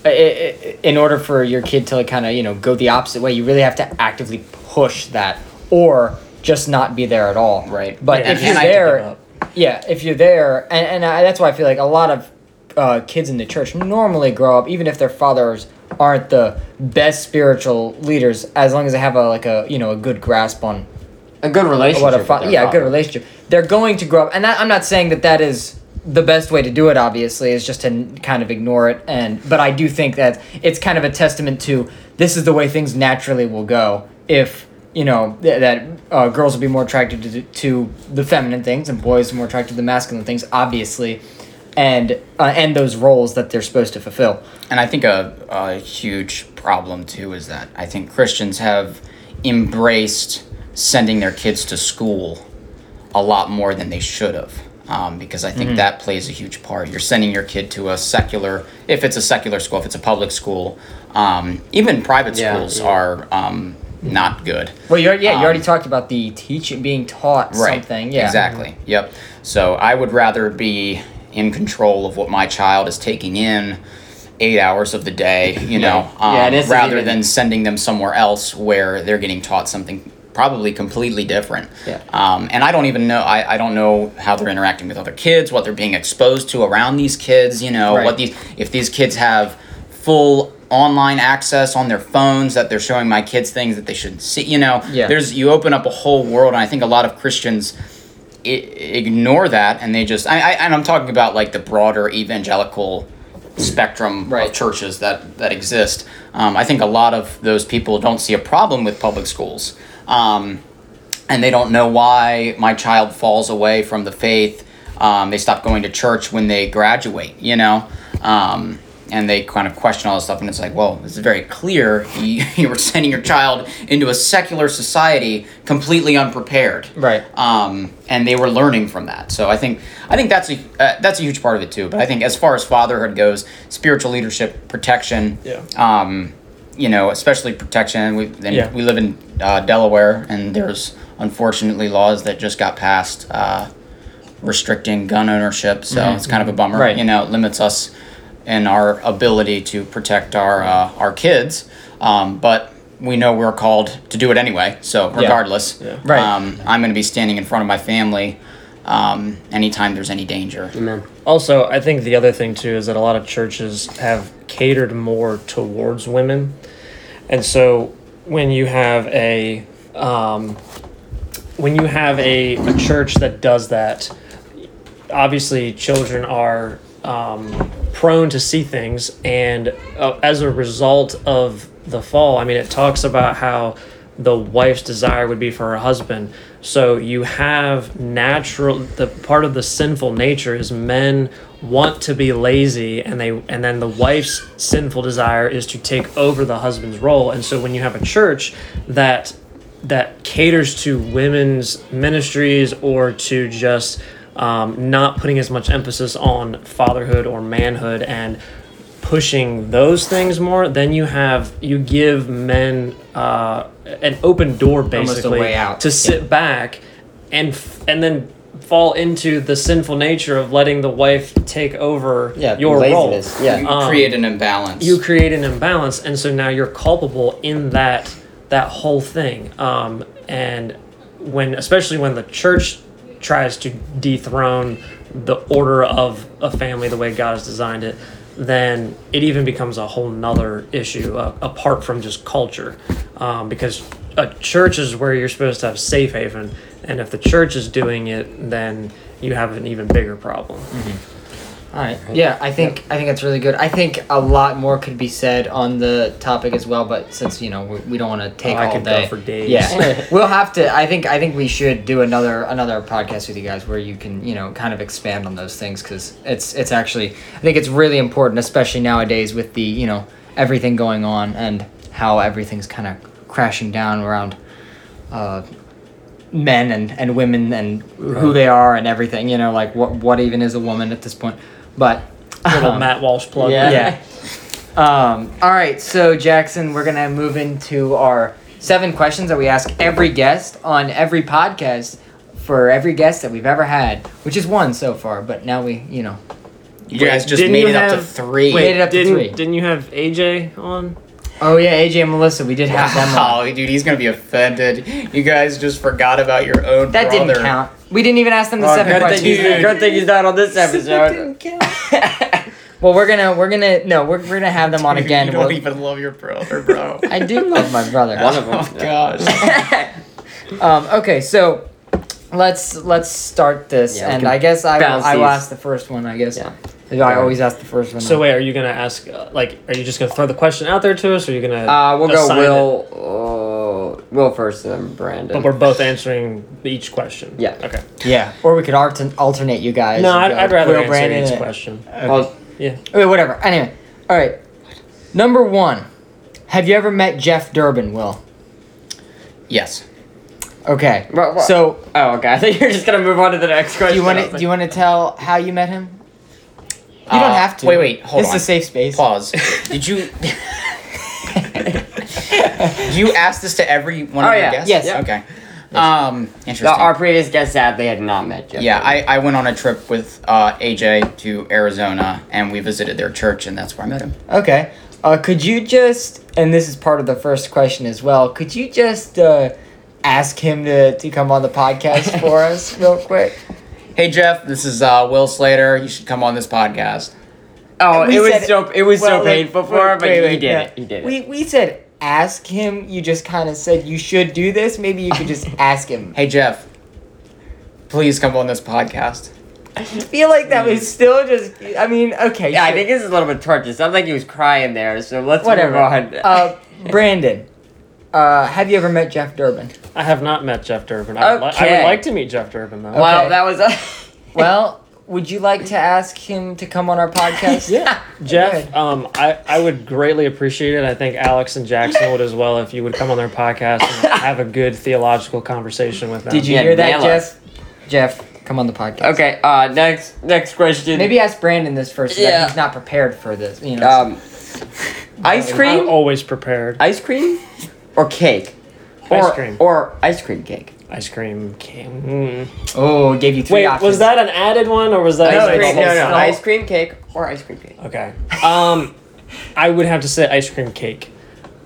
A: i- i- in order for your kid to like kind of you know go the opposite way. You really have to actively push that, or just not be there at all.
D: Right.
A: But
C: Yeah,
A: if
C: you
A: you're
C: have to give
A: there,
C: up.
A: yeah, if you're there, and and I, that's why I feel like a lot of uh, kids in the church normally grow up, even if their fathers aren't the best spiritual leaders, as long as they have a like a you know a good grasp on
B: a good relationship.
A: what a
B: with
A: fa-
B: their
A: yeah, a good
B: father.
A: relationship. They're going to grow up, and that, I'm not saying that that is the best way to do it. Obviously, is just to n- kind of ignore it. And but I do think that it's kind of a testament to this is the way things naturally will go if you know, th- that uh, girls would be more attracted to, to the feminine things and boys more attracted to the masculine things, obviously, and uh, and those roles that they're supposed to fulfill.
D: And I think a, a huge problem too is that I think Christians have embraced sending their kids to school a lot more than they should have. Um, because I
B: Mm-hmm.
D: think that plays a huge part. You're sending your kid to a secular, if it's a secular school, if it's a public school, um, even private
B: Yeah,
D: schools
B: yeah.
D: are um, not good.
A: Well, you yeah, you
D: Um,
A: already talked about the teaching being taught something. Yeah,
D: Exactly. Yep. So I would rather be in control of what my child is taking in eight hours of the day, you know, um,
B: Yeah, this is
D: rather
B: even-
D: than sending them somewhere else where they're getting taught something probably completely different.
B: Yeah.
D: Um, and I don't even know, I, I don't know how they're interacting with other kids, what they're being exposed to around these kids, you know,
A: Right.
D: what these, if these kids have full online access on their phones that they're showing my kids things that they shouldn't see, you know,
A: Yeah.
D: there's, you open up a whole world. And I think a lot of Christians, i- ignore that and they just I, I and I'm talking about like the broader evangelical spectrum
A: Right.
D: of churches that that exist. Um, I think a lot of those people don't see a problem with public schools, um, and they don't know why my child falls away from the faith. Um, they stop going to church when they graduate, you know. Um, and they kind of question all this stuff, and it's like, well, this is very clear. You, you were sending your child into a secular society completely unprepared
A: Right.
D: um, and they were learning from that. So I think I think that's a uh, that's a huge part of it too. But I think as far as fatherhood goes, spiritual leadership, protection,
C: Yeah.
D: um, you know, especially protection. We then
C: Yeah.
D: we live in uh, Delaware, and there's unfortunately laws that just got passed uh, restricting gun ownership. So
C: Mm-hmm.
D: it's kind of a bummer.
A: Right.
D: You know, it limits us in our ability to protect our uh, our kids, um, but. We know we're called to do it anyway, so regardless,
C: Yeah.
A: Right.
D: um, I'm going to be standing in front of my family um, anytime there's any danger.
B: Amen.
C: Also, I think the other thing too is that a lot of churches have catered more towards women, and so when you have a um, when you have a, a church that does that, obviously children are um, prone to see things, and uh, as a result of the fall, I mean, it talks about how the wife's desire would be for her husband. So you have natural the part of the sinful nature is men want to be lazy and they and then the wife's sinful desire is to take over the husband's role. And so when you have a church that that caters to women's ministries or to just um, not putting as much emphasis on fatherhood or manhood and pushing those things more, then you have you give men uh, an open door basically
A: way out.
C: to sit back and f- and then fall into the sinful nature of letting the wife take over
B: Yeah,
C: your
B: laziness.
C: role.
B: Yeah.
D: You create an imbalance.
C: You create an imbalance, and so now you're culpable in that that whole thing. Um, and when, especially when the church tries to dethrone the order of a family the way God has designed it, then it even becomes a whole nother issue uh, apart from just culture, um, because a church is where you're supposed to have safe haven, and if the church is doing it, then you have an even bigger problem.
A: All right. Yeah, I think I think that's really good. I think a lot more could be said on the topic as well, but since you know we, we don't want to take
C: Oh, I
A: all
C: could go
A: day
C: for days.
A: Yeah, we'll have to. I think I think we should do another another podcast with you guys where you can you know kind of expand on those things because it's it's actually I think it's really important, especially nowadays with the you know everything going on and how everything's kind of crashing down around. Uh, men and, and women and who they are and everything. You know, like what what even is a woman at this point? But
C: Little
A: um,
C: Matt Walsh plug.
B: yeah.
A: yeah. um, all right, so Jackson, we're gonna move into our seven questions that we ask every guest on every podcast for every guest that we've ever had, which is one so far. But now we, you know,
D: You guys just
C: Didn't
D: made
C: you
D: it up to
C: have-
D: three.
A: Wait. Made it up to
C: didn't,
A: three.
C: Didn't you have AJ on?
A: oh yeah, AJ and Melissa, we did have them. on.
D: Wow, dude, he's gonna be offended. You guys just forgot about your own
A: That
D: brother.
A: didn't count. We didn't even ask them the
B: Oh,
A: seven
B: good, thing
A: questions.
B: he's,
D: Dude.
B: good thing he's not on this episode.
A: Well, we're gonna we're gonna no, we're, we're gonna have them on
D: Dude,
A: again.
D: you don't
A: We'll-
D: even love your brother, bro.
A: I do love my brother.
B: One of
D: oh
B: them.
D: gosh.
A: Um, okay, so let's let's start this,
B: Yeah, we
A: and
B: can
A: I guess I will,
B: bounce
A: I will
B: these.
A: ask the first one. I guess
B: Yeah.
A: I always ask the first one.
C: So wait, are you gonna ask? uh, Like, are you just gonna throw the question out there to us, or are you gonna?
B: Uh, we'll go
C: assign it?
B: Will. Will first and then Brandon.
C: But we're both answering each question.
B: Yeah.
C: Okay.
A: Yeah. Or we could altern- alternate you guys.
C: No,
A: and
C: I'd,
A: go
C: I'd rather
A: Will
C: answer
A: Brandon
C: each
A: and-
C: question.
A: Okay.
B: Well,
C: Yeah.
A: Wait, whatever. Anyway, all right. Number one, have you ever met Jeff Durbin? Will.
D: Yes.
A: Okay.
B: Well, well-
A: So
B: oh, okay. I think you're just gonna move on to the next
A: do
B: question.
A: you want
B: I was
A: to
B: like-
A: do you want to tell how you met him? You
D: Uh,
A: don't have to.
D: Wait, wait, hold
A: This
D: on.
A: is a safe space.
D: Pause. Did you? you ask this to every one of
B: Oh,
D: your
B: yeah.
D: guests?
A: Yes.
B: Yeah.
D: Okay. Um. Interesting.
B: The- our previous guest sadly had not met Jeff.
D: yeah,
B: Durbin.
D: I, I went on a trip with uh, AJ to Arizona, and we visited their church, and that's where I met him.
A: Okay. Uh, could you just, and this is part of the first question as well, could you just uh, ask him to, to come on the podcast for us real quick?
D: Hey Jeff, this is uh, Will Slater. You should come on this podcast.
B: Oh,
A: We
B: it was
A: said-
B: so it was
A: well,
B: so
A: wait,
B: painful
A: wait,
B: for him, but
A: wait,
B: he
A: wait,
B: did
A: yeah.
B: it. He did
A: we,
B: it.
A: We said ask him. You just kind of said you should do this. Maybe you could just ask him.
D: Hey Jeff, please come on this podcast.
A: I feel like that was still just, I mean, okay.
B: Yeah, I
A: sure.
B: think this is a little bit torturous. Sounds like he was crying there, so let's
A: Whatever.
B: move on.
A: Uh, Brandon, uh, have you ever met Jeff Durbin?
C: I have not met Jeff Durbin. I, would, li- I
B: Okay.
C: would like to meet Jeff Durbin though.
B: Well,
A: okay.
B: that was a
A: Well, would you like to ask him to come on our podcast?
C: Yeah, Jeff. Um, I, I would greatly appreciate it. I think Alex and Jackson would as well if you would come on their podcast and have a good theological conversation with them.
A: Did you
B: Yeah,
A: hear that,
B: nail us.
A: Jeff? Jeff, come on the podcast.
B: okay. Uh, next next question.
A: Maybe ask Brandon this first. so
B: Yeah.
A: that He's not prepared for this. You know.
B: um, ice
C: I'm
B: cream,
C: always prepared.
B: ice cream, or cake,
C: Ice
B: or
C: cream.
B: or ice cream cake.
C: Ice cream came. Mm.
A: oh, gave you three
C: Wait,
A: options.
C: was that an added one or was that?
B: Ice
A: no,
B: cream,
A: it's-
B: no, no,
A: it's-
B: ice cream cake or ice cream cake.
C: Okay. Um, I would have to say ice cream cake.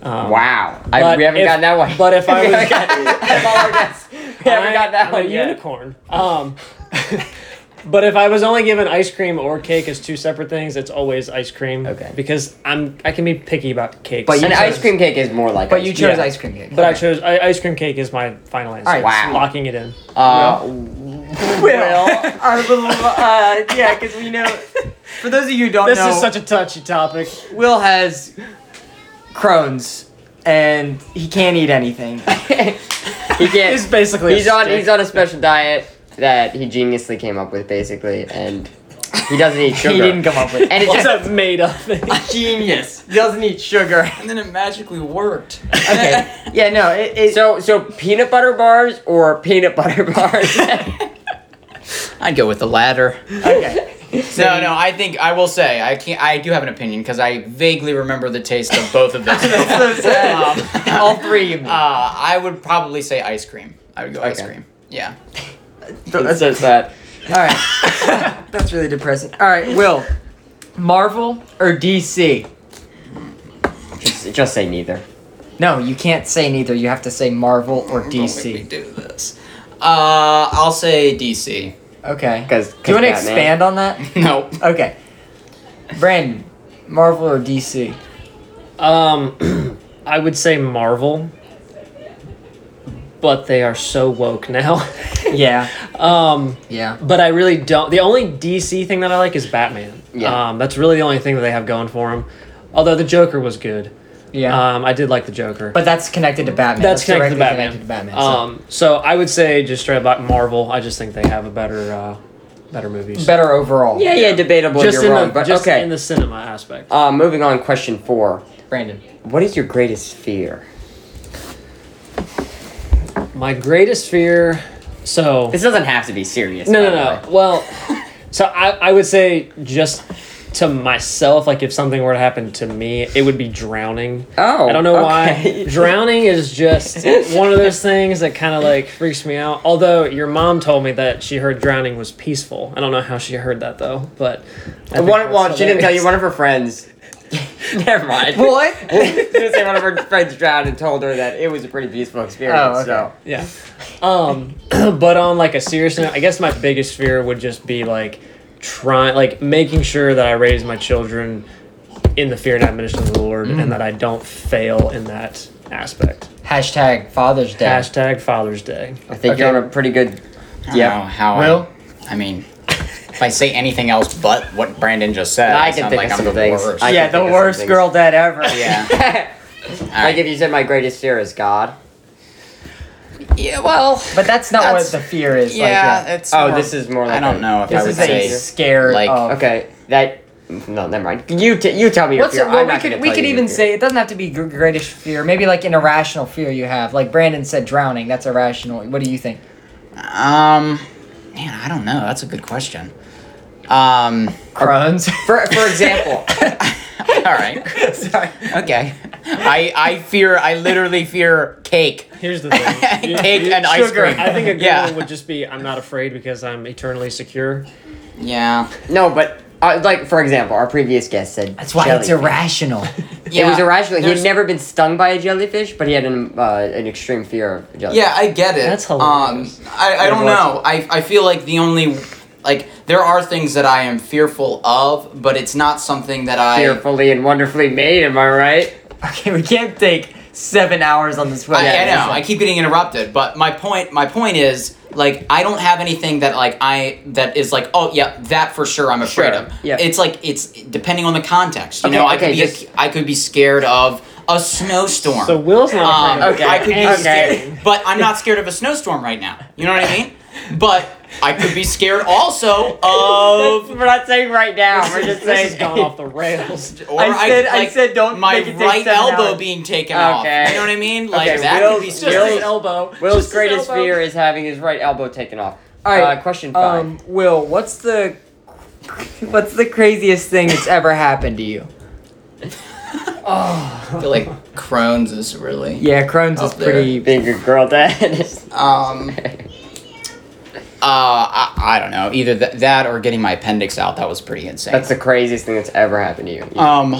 C: Um,
B: Wow, I,
C: but
B: we haven't
C: if-
B: gotten that one.
C: but if I
B: we
C: was-
B: haven't got- all our guests, we haven't
C: I
B: got that
C: am
B: one
C: a
B: yet.
C: unicorn. Um, but if I was only given ice cream or cake as two separate things, it's always ice cream.
B: Okay.
C: Because I'm I can be picky about cakes.
A: But you
B: An
C: sometimes.
B: ice cream cake is more like.
A: But
B: ice
A: you
B: cream.
A: chose
C: Yeah.
A: ice cream cake.
C: But I chose I, ice cream cake is my final answer.
A: Alright,
B: Wow. sweet.
C: Locking it in.
B: Uh,
A: Will.
B: Our little, uh, yeah, because we know.
A: for those of you who
B: Oh,
A: don't
C: This
A: know,
C: is such a touchy topic.
A: Will has Crohn's and he can't eat anything.
B: he can't.
C: It's basically a
B: he's on.
C: Oh, stick.
B: He's on a special diet that he geniusly came up with, basically, and he doesn't eat sugar.
A: He didn't come up with.
B: And it's
C: What's
B: just
C: that made up thing?
A: Genius. Doesn't eat sugar.
D: And then it magically worked.
A: Okay. yeah. No. It. it
B: so so peanut butter bars or peanut butter bars.
D: I'd go with the latter.
A: okay.
D: No, no, I think I will say I can not I do have an opinion because I vaguely remember the taste of both of those.
A: So sad.
D: Um,
A: All three.
D: uh, I would probably say ice cream. I would go ice
B: Okay.
D: cream. Yeah.
B: That's so sad.
A: All right. That's really depressing. All right, Will. Marvel or DC?
B: Just, just say neither.
A: No, you can't say neither. You have to say Marvel or
D: Don't make me
A: DC.
D: do this. Uh, I'll say DC.
A: Okay.
B: 'Cause-
A: Do you want to
B: 'cause Batman.
A: expand on that?
D: No.
A: Okay. Brandon, Marvel or DC?
C: Um, I would say Marvel, but they are so woke now.
A: Yeah.
C: um,
A: Yeah.
C: but I really don't. The only DC thing that I like is Batman.
B: Yeah.
C: Um, that's really the only thing that they have going for him. Although the Joker was good.
A: Yeah.
C: Um, I did like the Joker.
A: but that's connected to Batman.
C: that's connected to
A: directly
C: Batman.
A: Batman, so-
C: um, so I would say just straight about Marvel. I just think they have a better, uh, better movies.
A: Better overall.
B: Yeah, yeah, debatable.
C: Just
B: you're
C: in
B: wrong,
C: the
B: but
C: just
B: okay.
C: in the cinema aspect.
B: uh, moving on. Question four.
A: Brandon.
B: What is your greatest fear?
C: My greatest fear. So
B: This doesn't have to be serious.
C: No,
B: by
C: no,
B: the
C: no.
B: way.
C: Well, so I, I would say just to myself, like if something were to happen to me, it would be drowning.
B: Oh,
C: I don't know
B: okay.
C: why. Drowning is just one of those things that kind of like freaks me out. Although your mom told me that she heard drowning was peaceful. I don't know how she heard that though, but I think
B: One,
C: that's
B: well, she didn't tell you.
C: hilarious.
B: One of her friends. Never mind.
A: What?
B: I was gonna say one of her friends drowned and told her that it was a pretty peaceful experience.
A: Oh, okay.
B: So
C: Yeah. Um, but on like a serious note, I guess my biggest fear would just be like trying, like making sure that I raise my children in the fear and admonition of the Lord,
D: Mm.
C: and that I don't fail in that aspect.
A: Hashtag Father's Day.
C: Hashtag Father's Day.
B: I think
A: Okay.
B: you're on a pretty good.
D: I
B: Yeah.
D: don't know how
A: Will?
D: I, I mean, if I say anything else but what Brandon just said,
B: I
D: it
B: can
D: sounds
B: think
D: like
B: of
D: I'm
B: some
D: the
B: things.
D: worst.
B: I
A: yeah,
B: can
A: the
B: think of
A: worst
B: some things.
A: girl dad ever.
D: yeah.
B: like if you said my greatest fear is God,
D: Yeah, well.
A: But that's not
D: That's-
A: what the fear is.
D: Yeah,
A: like, yeah.
D: it's.
B: Oh,
D: more-
B: this is more. Like
D: I
B: a-
D: don't know if
A: This
D: I would
A: is a
D: say.
A: scare.
D: like-
A: of,
B: Okay, that. No, never mind. You t- you tell me your
A: What's
B: fear.
A: a,
B: I'm
A: well, we
B: not gonna
A: could we
B: tell
A: could
B: you your
A: even
B: fear.
A: say it doesn't have to be gr- greatest fear. Maybe like an irrational fear you have. Like Brandon said, drowning. That's irrational. What do you think?
D: Um, man, I don't know. That's a good question. Um,
A: Crohn's.
B: For for example,
D: all right.
A: Sorry.
D: Okay. I I fear. I literally fear cake.
C: Here's the thing.
D: Cake and ice
C: sugar.
D: cream.
C: I think a good
D: Yeah.
C: one would just be I'm not afraid because I'm eternally secure.
D: Yeah.
B: no, but uh, like for example, our previous guest said
A: That's why it's
B: jellyfish.
A: irrational.
D: yeah.
B: It was irrational. He
D: There's-
B: had never been stung by a jellyfish, but he had an uh, an extreme fear of jellyfish.
D: Yeah, I get it.
C: That's hilarious.
D: Um, I, I don't know. I, I feel like the only like there are things that I am fearful of, but it's not something that I
B: Fearfully and wonderfully made, am I right?
A: okay, we can't take seven hours on this one.
D: I, I know. I keep getting interrupted, but my point my point is like I don't have anything that like I that is like oh yeah that for sure I'm afraid
B: Sure,
D: of.
B: yeah.
D: It's like it's depending on the context. You
B: Okay,
D: know, I
B: okay,
D: could be
B: just-
D: a, I could be scared of a snowstorm.
C: So Will's not
D: um,
C: afraid. of
D: I could be
C: anything.
D: scared, but I'm not scared of a snowstorm right now. You know what I mean? But I could be scared also of.
B: We're not saying right now. We're just
C: This has
B: saying.
C: gone off the rails.
D: Or
A: I said- I
D: like,
A: said don't
D: my
A: make it take
D: right
A: seven
D: elbow
A: hours.
D: being taken
B: Okay.
D: off. You know what I mean? Like
B: Okay,
D: that
B: Will's-
D: could be
A: Just
D: scary.
B: Will's-
A: his elbow.
B: Will's
A: Just his
B: greatest
A: elbow.
B: fear is having his right elbow taken off.
A: All right,
B: Uh, question five.
A: Um, Will, what's the what's the craziest thing that's ever happened to you?
D: I feel like Crohn's is really.
A: Yeah, Crohn's
D: Up
A: is pretty.
B: Being a girl dad.
D: Um. Uh, I, I don't know. Either th- that or getting my appendix out. That was pretty insane.
B: That's the craziest thing that's ever happened to you.
D: um,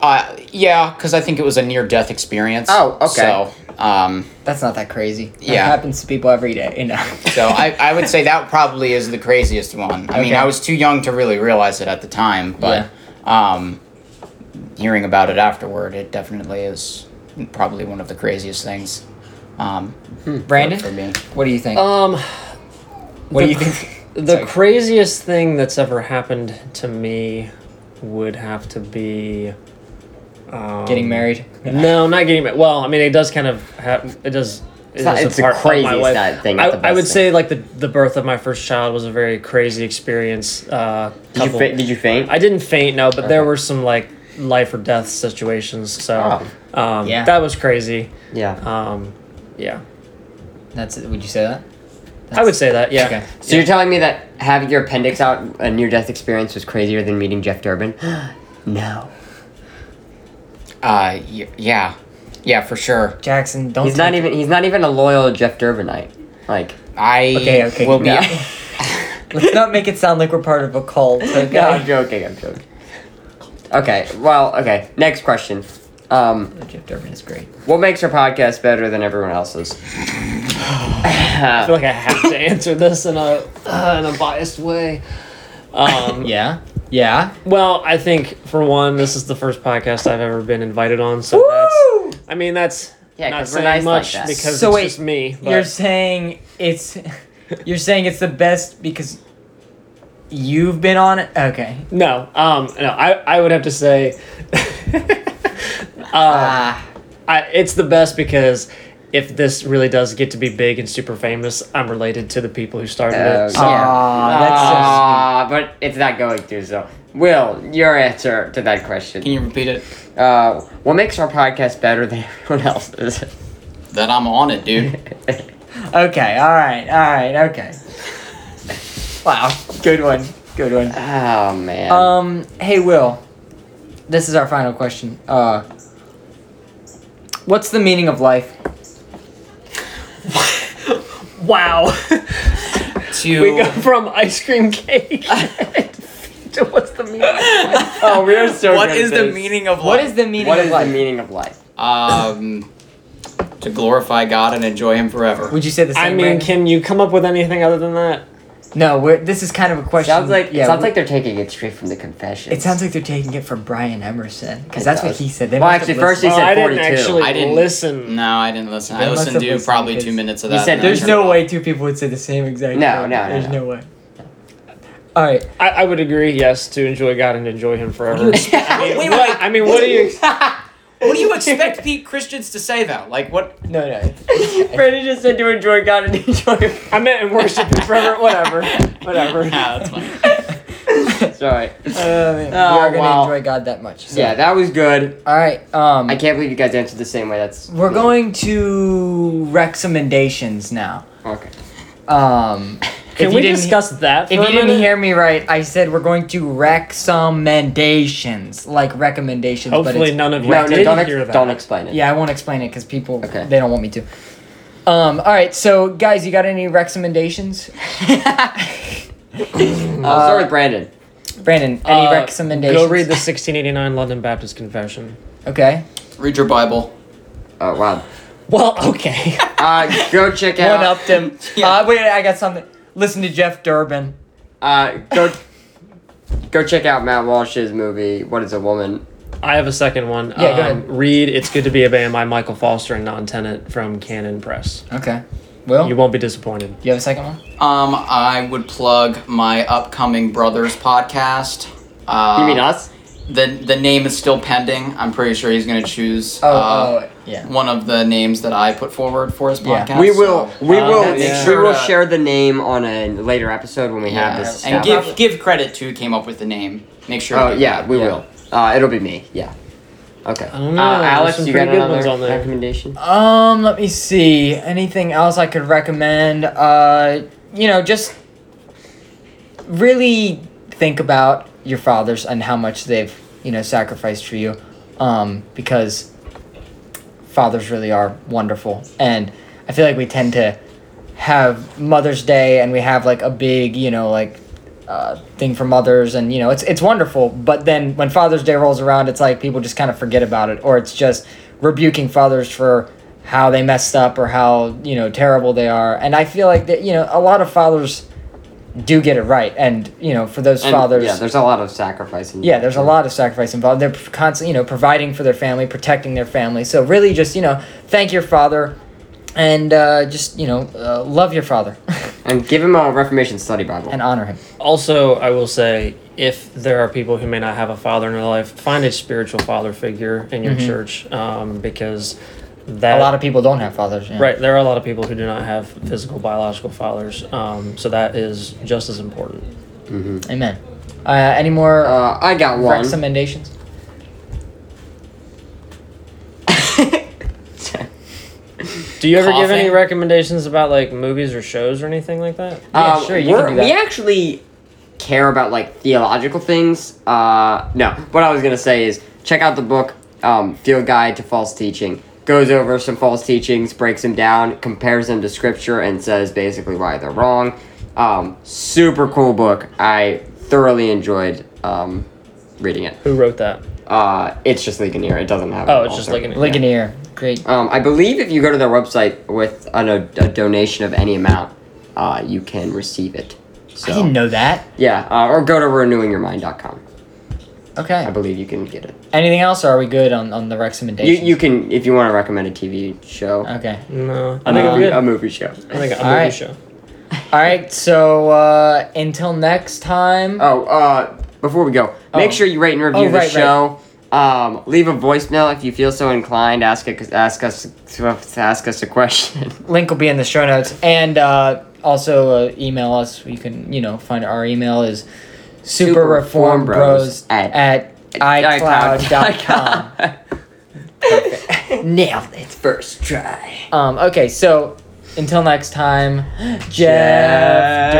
D: uh, yeah, because I think it was a near death experience.
B: Oh, okay.
D: So, um,
A: That's not that crazy. That
D: Yeah.
A: happens to people every day. You know.
D: so I, I would say that probably is the craziest one. I mean,
A: Okay.
D: I was too young to really realize it at the time, but um, hearing about it afterward, it definitely is probably one of the craziest things. Um,
B: Hmm.
A: Brandon,
D: for me.
A: what do you think?
C: Um,
A: what do
C: the
A: you think?
C: The
A: Sorry.
C: craziest thing that's ever happened to me would have to be um,
A: Getting married.
C: No, not getting married. Well, I mean, it does kind of have. It does. It's,
B: not- it's the craziest not thing, not
C: I,
B: the
C: I
B: best
C: would
B: thing.
C: say like the the birth of my first child was a very crazy experience. Uh,
B: Did you,
C: coupled-
B: fa- did you faint?
C: I didn't faint, no, but there were some like life or death situations. So
B: Oh.
C: um,
A: Yeah.
C: that was crazy.
B: yeah.
C: Um, yeah,
A: That's it. Would you say that?
C: I would say that. Yeah.
A: Okay.
B: so you're telling me that having your appendix out, a near-death experience, was crazier than meeting Jeff Durbin? no.
D: Uh, y- yeah, yeah, for sure.
A: Jackson, don't.
B: He's not
A: take-
B: even. He's not even a loyal Jeff Durbinite. Like.
D: I
A: Okay, okay,
D: will be.
A: no. Let's not make it sound like we're part of a cult. Okay.
B: No, I'm joking. I'm joking. Okay. Well. Okay. Next question. Um,
A: Jeff Durbin is great.
B: what makes our podcast better than everyone else's? Uh,
C: I feel like I have to answer this in a uh, in a biased way. Um,
A: Yeah. Yeah.
C: Well, I think for one, this is the first podcast I've ever been invited on, so that's. I mean, that's
B: Yeah,
C: not
B: 'cause we're
C: saying
B: nice like
C: much
B: that.
C: because
A: So
C: it's
A: wait,
C: just me. But
A: You're saying it's. You're saying it's the best because you've been on it. Okay.
C: no, um, no, I, I would have to say, uh,
A: Ah.
C: I, it's the best because if this really does get to be big and super famous, I'm related to the people who started
B: Oh,
C: it. So,
B: yeah.
A: Aw, that's so
B: Ah, but it's not going to. So, Will, your answer to that question.
D: Can you repeat it?
B: Uh, what makes our podcast better than everyone else's?
D: That I'm on it, dude.
A: Okay. All right. All right. Okay. Wow. Good one. Good one.
B: Oh man.
A: Um. Hey, Will. This is our final question. Uh. What's the meaning of life?
C: wow,
D: To
C: we go from ice cream cake to what's the meaning?
B: oh, we are so.
D: what
B: good
D: is
B: at
D: the
B: this.
D: meaning of life?
A: What is the meaning
B: What
A: of
B: is the
A: life?
B: meaning of life?
D: um to glorify God and enjoy Him forever?
A: Would you say the same?
C: I mean,
A: Brandon?
C: can you come up with anything other than that?
A: no. We're, this is kind of a question.
B: Sounds like
A: yeah,
B: sounds
A: we-
B: like they're taking it straight from the confession.
A: It sounds like they're taking it from Brian Emerson because
B: It
A: that's what
B: does.
A: he said. They
B: Well,
A: must have
B: actually, first he
A: listened.
B: said
C: Oh, I didn't
B: 42.
C: actually
D: I didn't-
C: listen.
D: No, I didn't listen.
A: They
D: I
A: must
D: listened
A: have
D: to
A: listened
D: probably
A: because
D: two minutes of
B: you
D: that.
B: said
D: and
A: There's
D: then-
A: no way two people would say the same exact.
B: No,
A: thing.
B: no, no,
A: There's
B: no.
A: no way. All right.
C: I, I would agree, yes, to enjoy God and enjoy Him forever. I mean, what, I mean, what do you?
D: What do you expect the Christians to say though? Like what?
A: No, no.
B: Brandon just said to enjoy God and enjoy.
A: I meant in worship and forever. Whatever. Whatever.
D: Nah, that's fine.
B: Sorry.
A: Uh, we
B: Oh,
A: are gonna
B: wow.
A: enjoy God that much. so.
B: Yeah, that was good.
A: All right. Um,
B: I can't believe you guys answered the same way. That's
A: we're going to recommendations now.
B: okay.
A: Um,
C: Can
A: if
C: we
A: you didn't-
C: discuss that for
A: If
C: a
A: you didn't
C: minute?
A: hear me right, I said we're going to recommendations, like recommendations. but
C: Hopefully,
A: it's,
C: none of you
B: No, no,
C: did
B: don't, ex-
C: hear that.
B: don't explain it.
A: Yeah, I won't explain it because people
B: Okay.
A: they don't want me to. Um, all right, so guys, you got any recommendations?
B: I'll start
A: uh,
B: with Brandon.
A: Brandon, any
C: Uh,
A: recommendations?
C: Go read the 1689 London Baptist Confession.
A: Okay.
D: Read your Bible.
B: Oh wow.
A: Well, okay.
B: Uh, go check out.
A: One upped him.
D: Yeah.
A: Uh, wait, I got something. Listen to Jeff Durbin.
B: Uh, go. go check out Matt Walsh's movie. What is a woman?
C: I have a second one. Um,
A: Yeah, go ahead.
C: Read It's Good to Be a Band by Michael Foster and Non Tenant from Canon Press.
A: Okay. Will,
C: You
A: you,
C: won't be disappointed.
A: have a second one?
D: Um, I would plug my upcoming brothers podcast. Uh,
B: You mean us?
D: The the name is still pending. I'm pretty sure he's gonna choose
A: Oh,
D: uh,
A: oh, yeah.
D: one of the names that I put forward for his
A: Yeah.
D: podcast.
B: We will.
D: so-
B: We
C: Uh,
B: will.
C: that's- yeah.
B: We will
D: Sure, uh,
B: share the name on a later episode when we
D: Yeah.
B: have this.
D: and
B: established.
D: give give credit to who came up with the name. Make sure.
B: Oh
D: you-
B: yeah, we
A: Yeah.
B: will. Uh, it'll be me. Yeah. Okay.
C: I don't know,
B: Uh,
C: there's
B: Alex,
C: some
B: you got
C: pretty good
B: another
C: ones on there.
B: recommendation?
A: Um, let me see. Anything else I could recommend? Uh, you know, just really think about your fathers and how much they've, you know, sacrificed for you. Um, because fathers really are wonderful. And I feel like we tend to have Mother's Day and we have like a big, you know, like uh, thing for mothers and you know it's it's wonderful but then when father's day rolls around it's like people just kind of forget about it or it's just rebuking fathers for how they messed up or how you know terrible they are and i feel like that you know a lot of fathers do get it right and you know for those
B: And,
A: fathers
B: Yeah, there's a lot of sacrificing.
A: yeah, there's a lot of sacrifice involved. They're constantly, you know, providing for their family, protecting their family. So really, just you know, thank your father, and uh, just you know, uh, love your father
B: And give him a Reformation Study Bible.
A: and honor him.
C: Also, I will say if there are people who may not have a father in their life, find a spiritual father figure in your church um, because that
B: Uh,
A: A lot of people don't have fathers. Yeah.
C: Right, there are a lot of people who do not have physical biological fathers, um, so that is just as important.
A: Amen. Uh, any more
B: uh, I got one.
A: recommendations?
C: Do you ever give any
D: Coughing?
C: recommendations about like movies or shows or anything like that?
A: Yeah,
B: Uh,
A: sure, you
B: we're-
A: can do that.
B: We actually care about like theological things. Uh, no, what I was gonna say is check out the book um, "Field Guide to False Teaching." Goes over some false teachings, breaks them down, compares them to scripture, and says basically why they're wrong. Um, super cool book. I thoroughly enjoyed um, reading it.
C: Who wrote that?
B: Uh, it's just Ligonier. It doesn't have.
C: Oh,
B: an
C: it's just
B: author.
C: like an
A: Ligonier. Great.
B: Um, I believe if you go to their website with a, no- a donation of any amount, uh, you can receive it. So,
A: I didn't know that.
B: Yeah, uh, or go to renewingyourmind.com. I
A: Okay.
B: believe you can get it.
A: Anything else, or are we good on, on the
B: You,
A: recommendations?
B: you can, if you want to recommend a TV show,
A: Okay.
C: No, I
B: um,
C: think I'm
A: uh,
C: good.
B: a movie show.
C: I think a movie
A: Alright.
C: show.
A: All right. So uh, until next time.
B: Oh, uh, before we go, make
A: Oh.
B: sure you rate and review
A: Oh,
B: the
A: right,
B: show. Um, leave a voicemail if you feel so inclined. Ask a, ask us to ask us a question.
A: link will be in the show notes and uh, also uh, email us you can you know find our email is super reform bros
B: at-
A: at icloud.com nailed it
B: First try.
A: um, okay so until next time jeff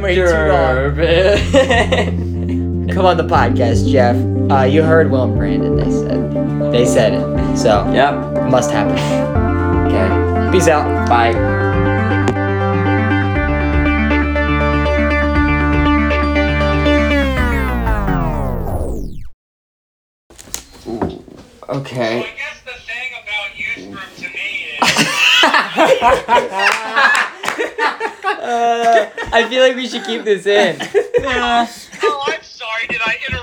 A: durbin
B: Durbin.
A: Wait, too long. come on the podcast jeff uh, you heard will and brandon they said they said it so
B: Yep.
A: must happen
B: Okay.
A: peace out
B: Bye. Ooh,
F: Well,
B: Okay.
F: I guess the thing about youth group to me is
A: i feel like we should keep this in
F: oh I'm sorry, did I interrupt?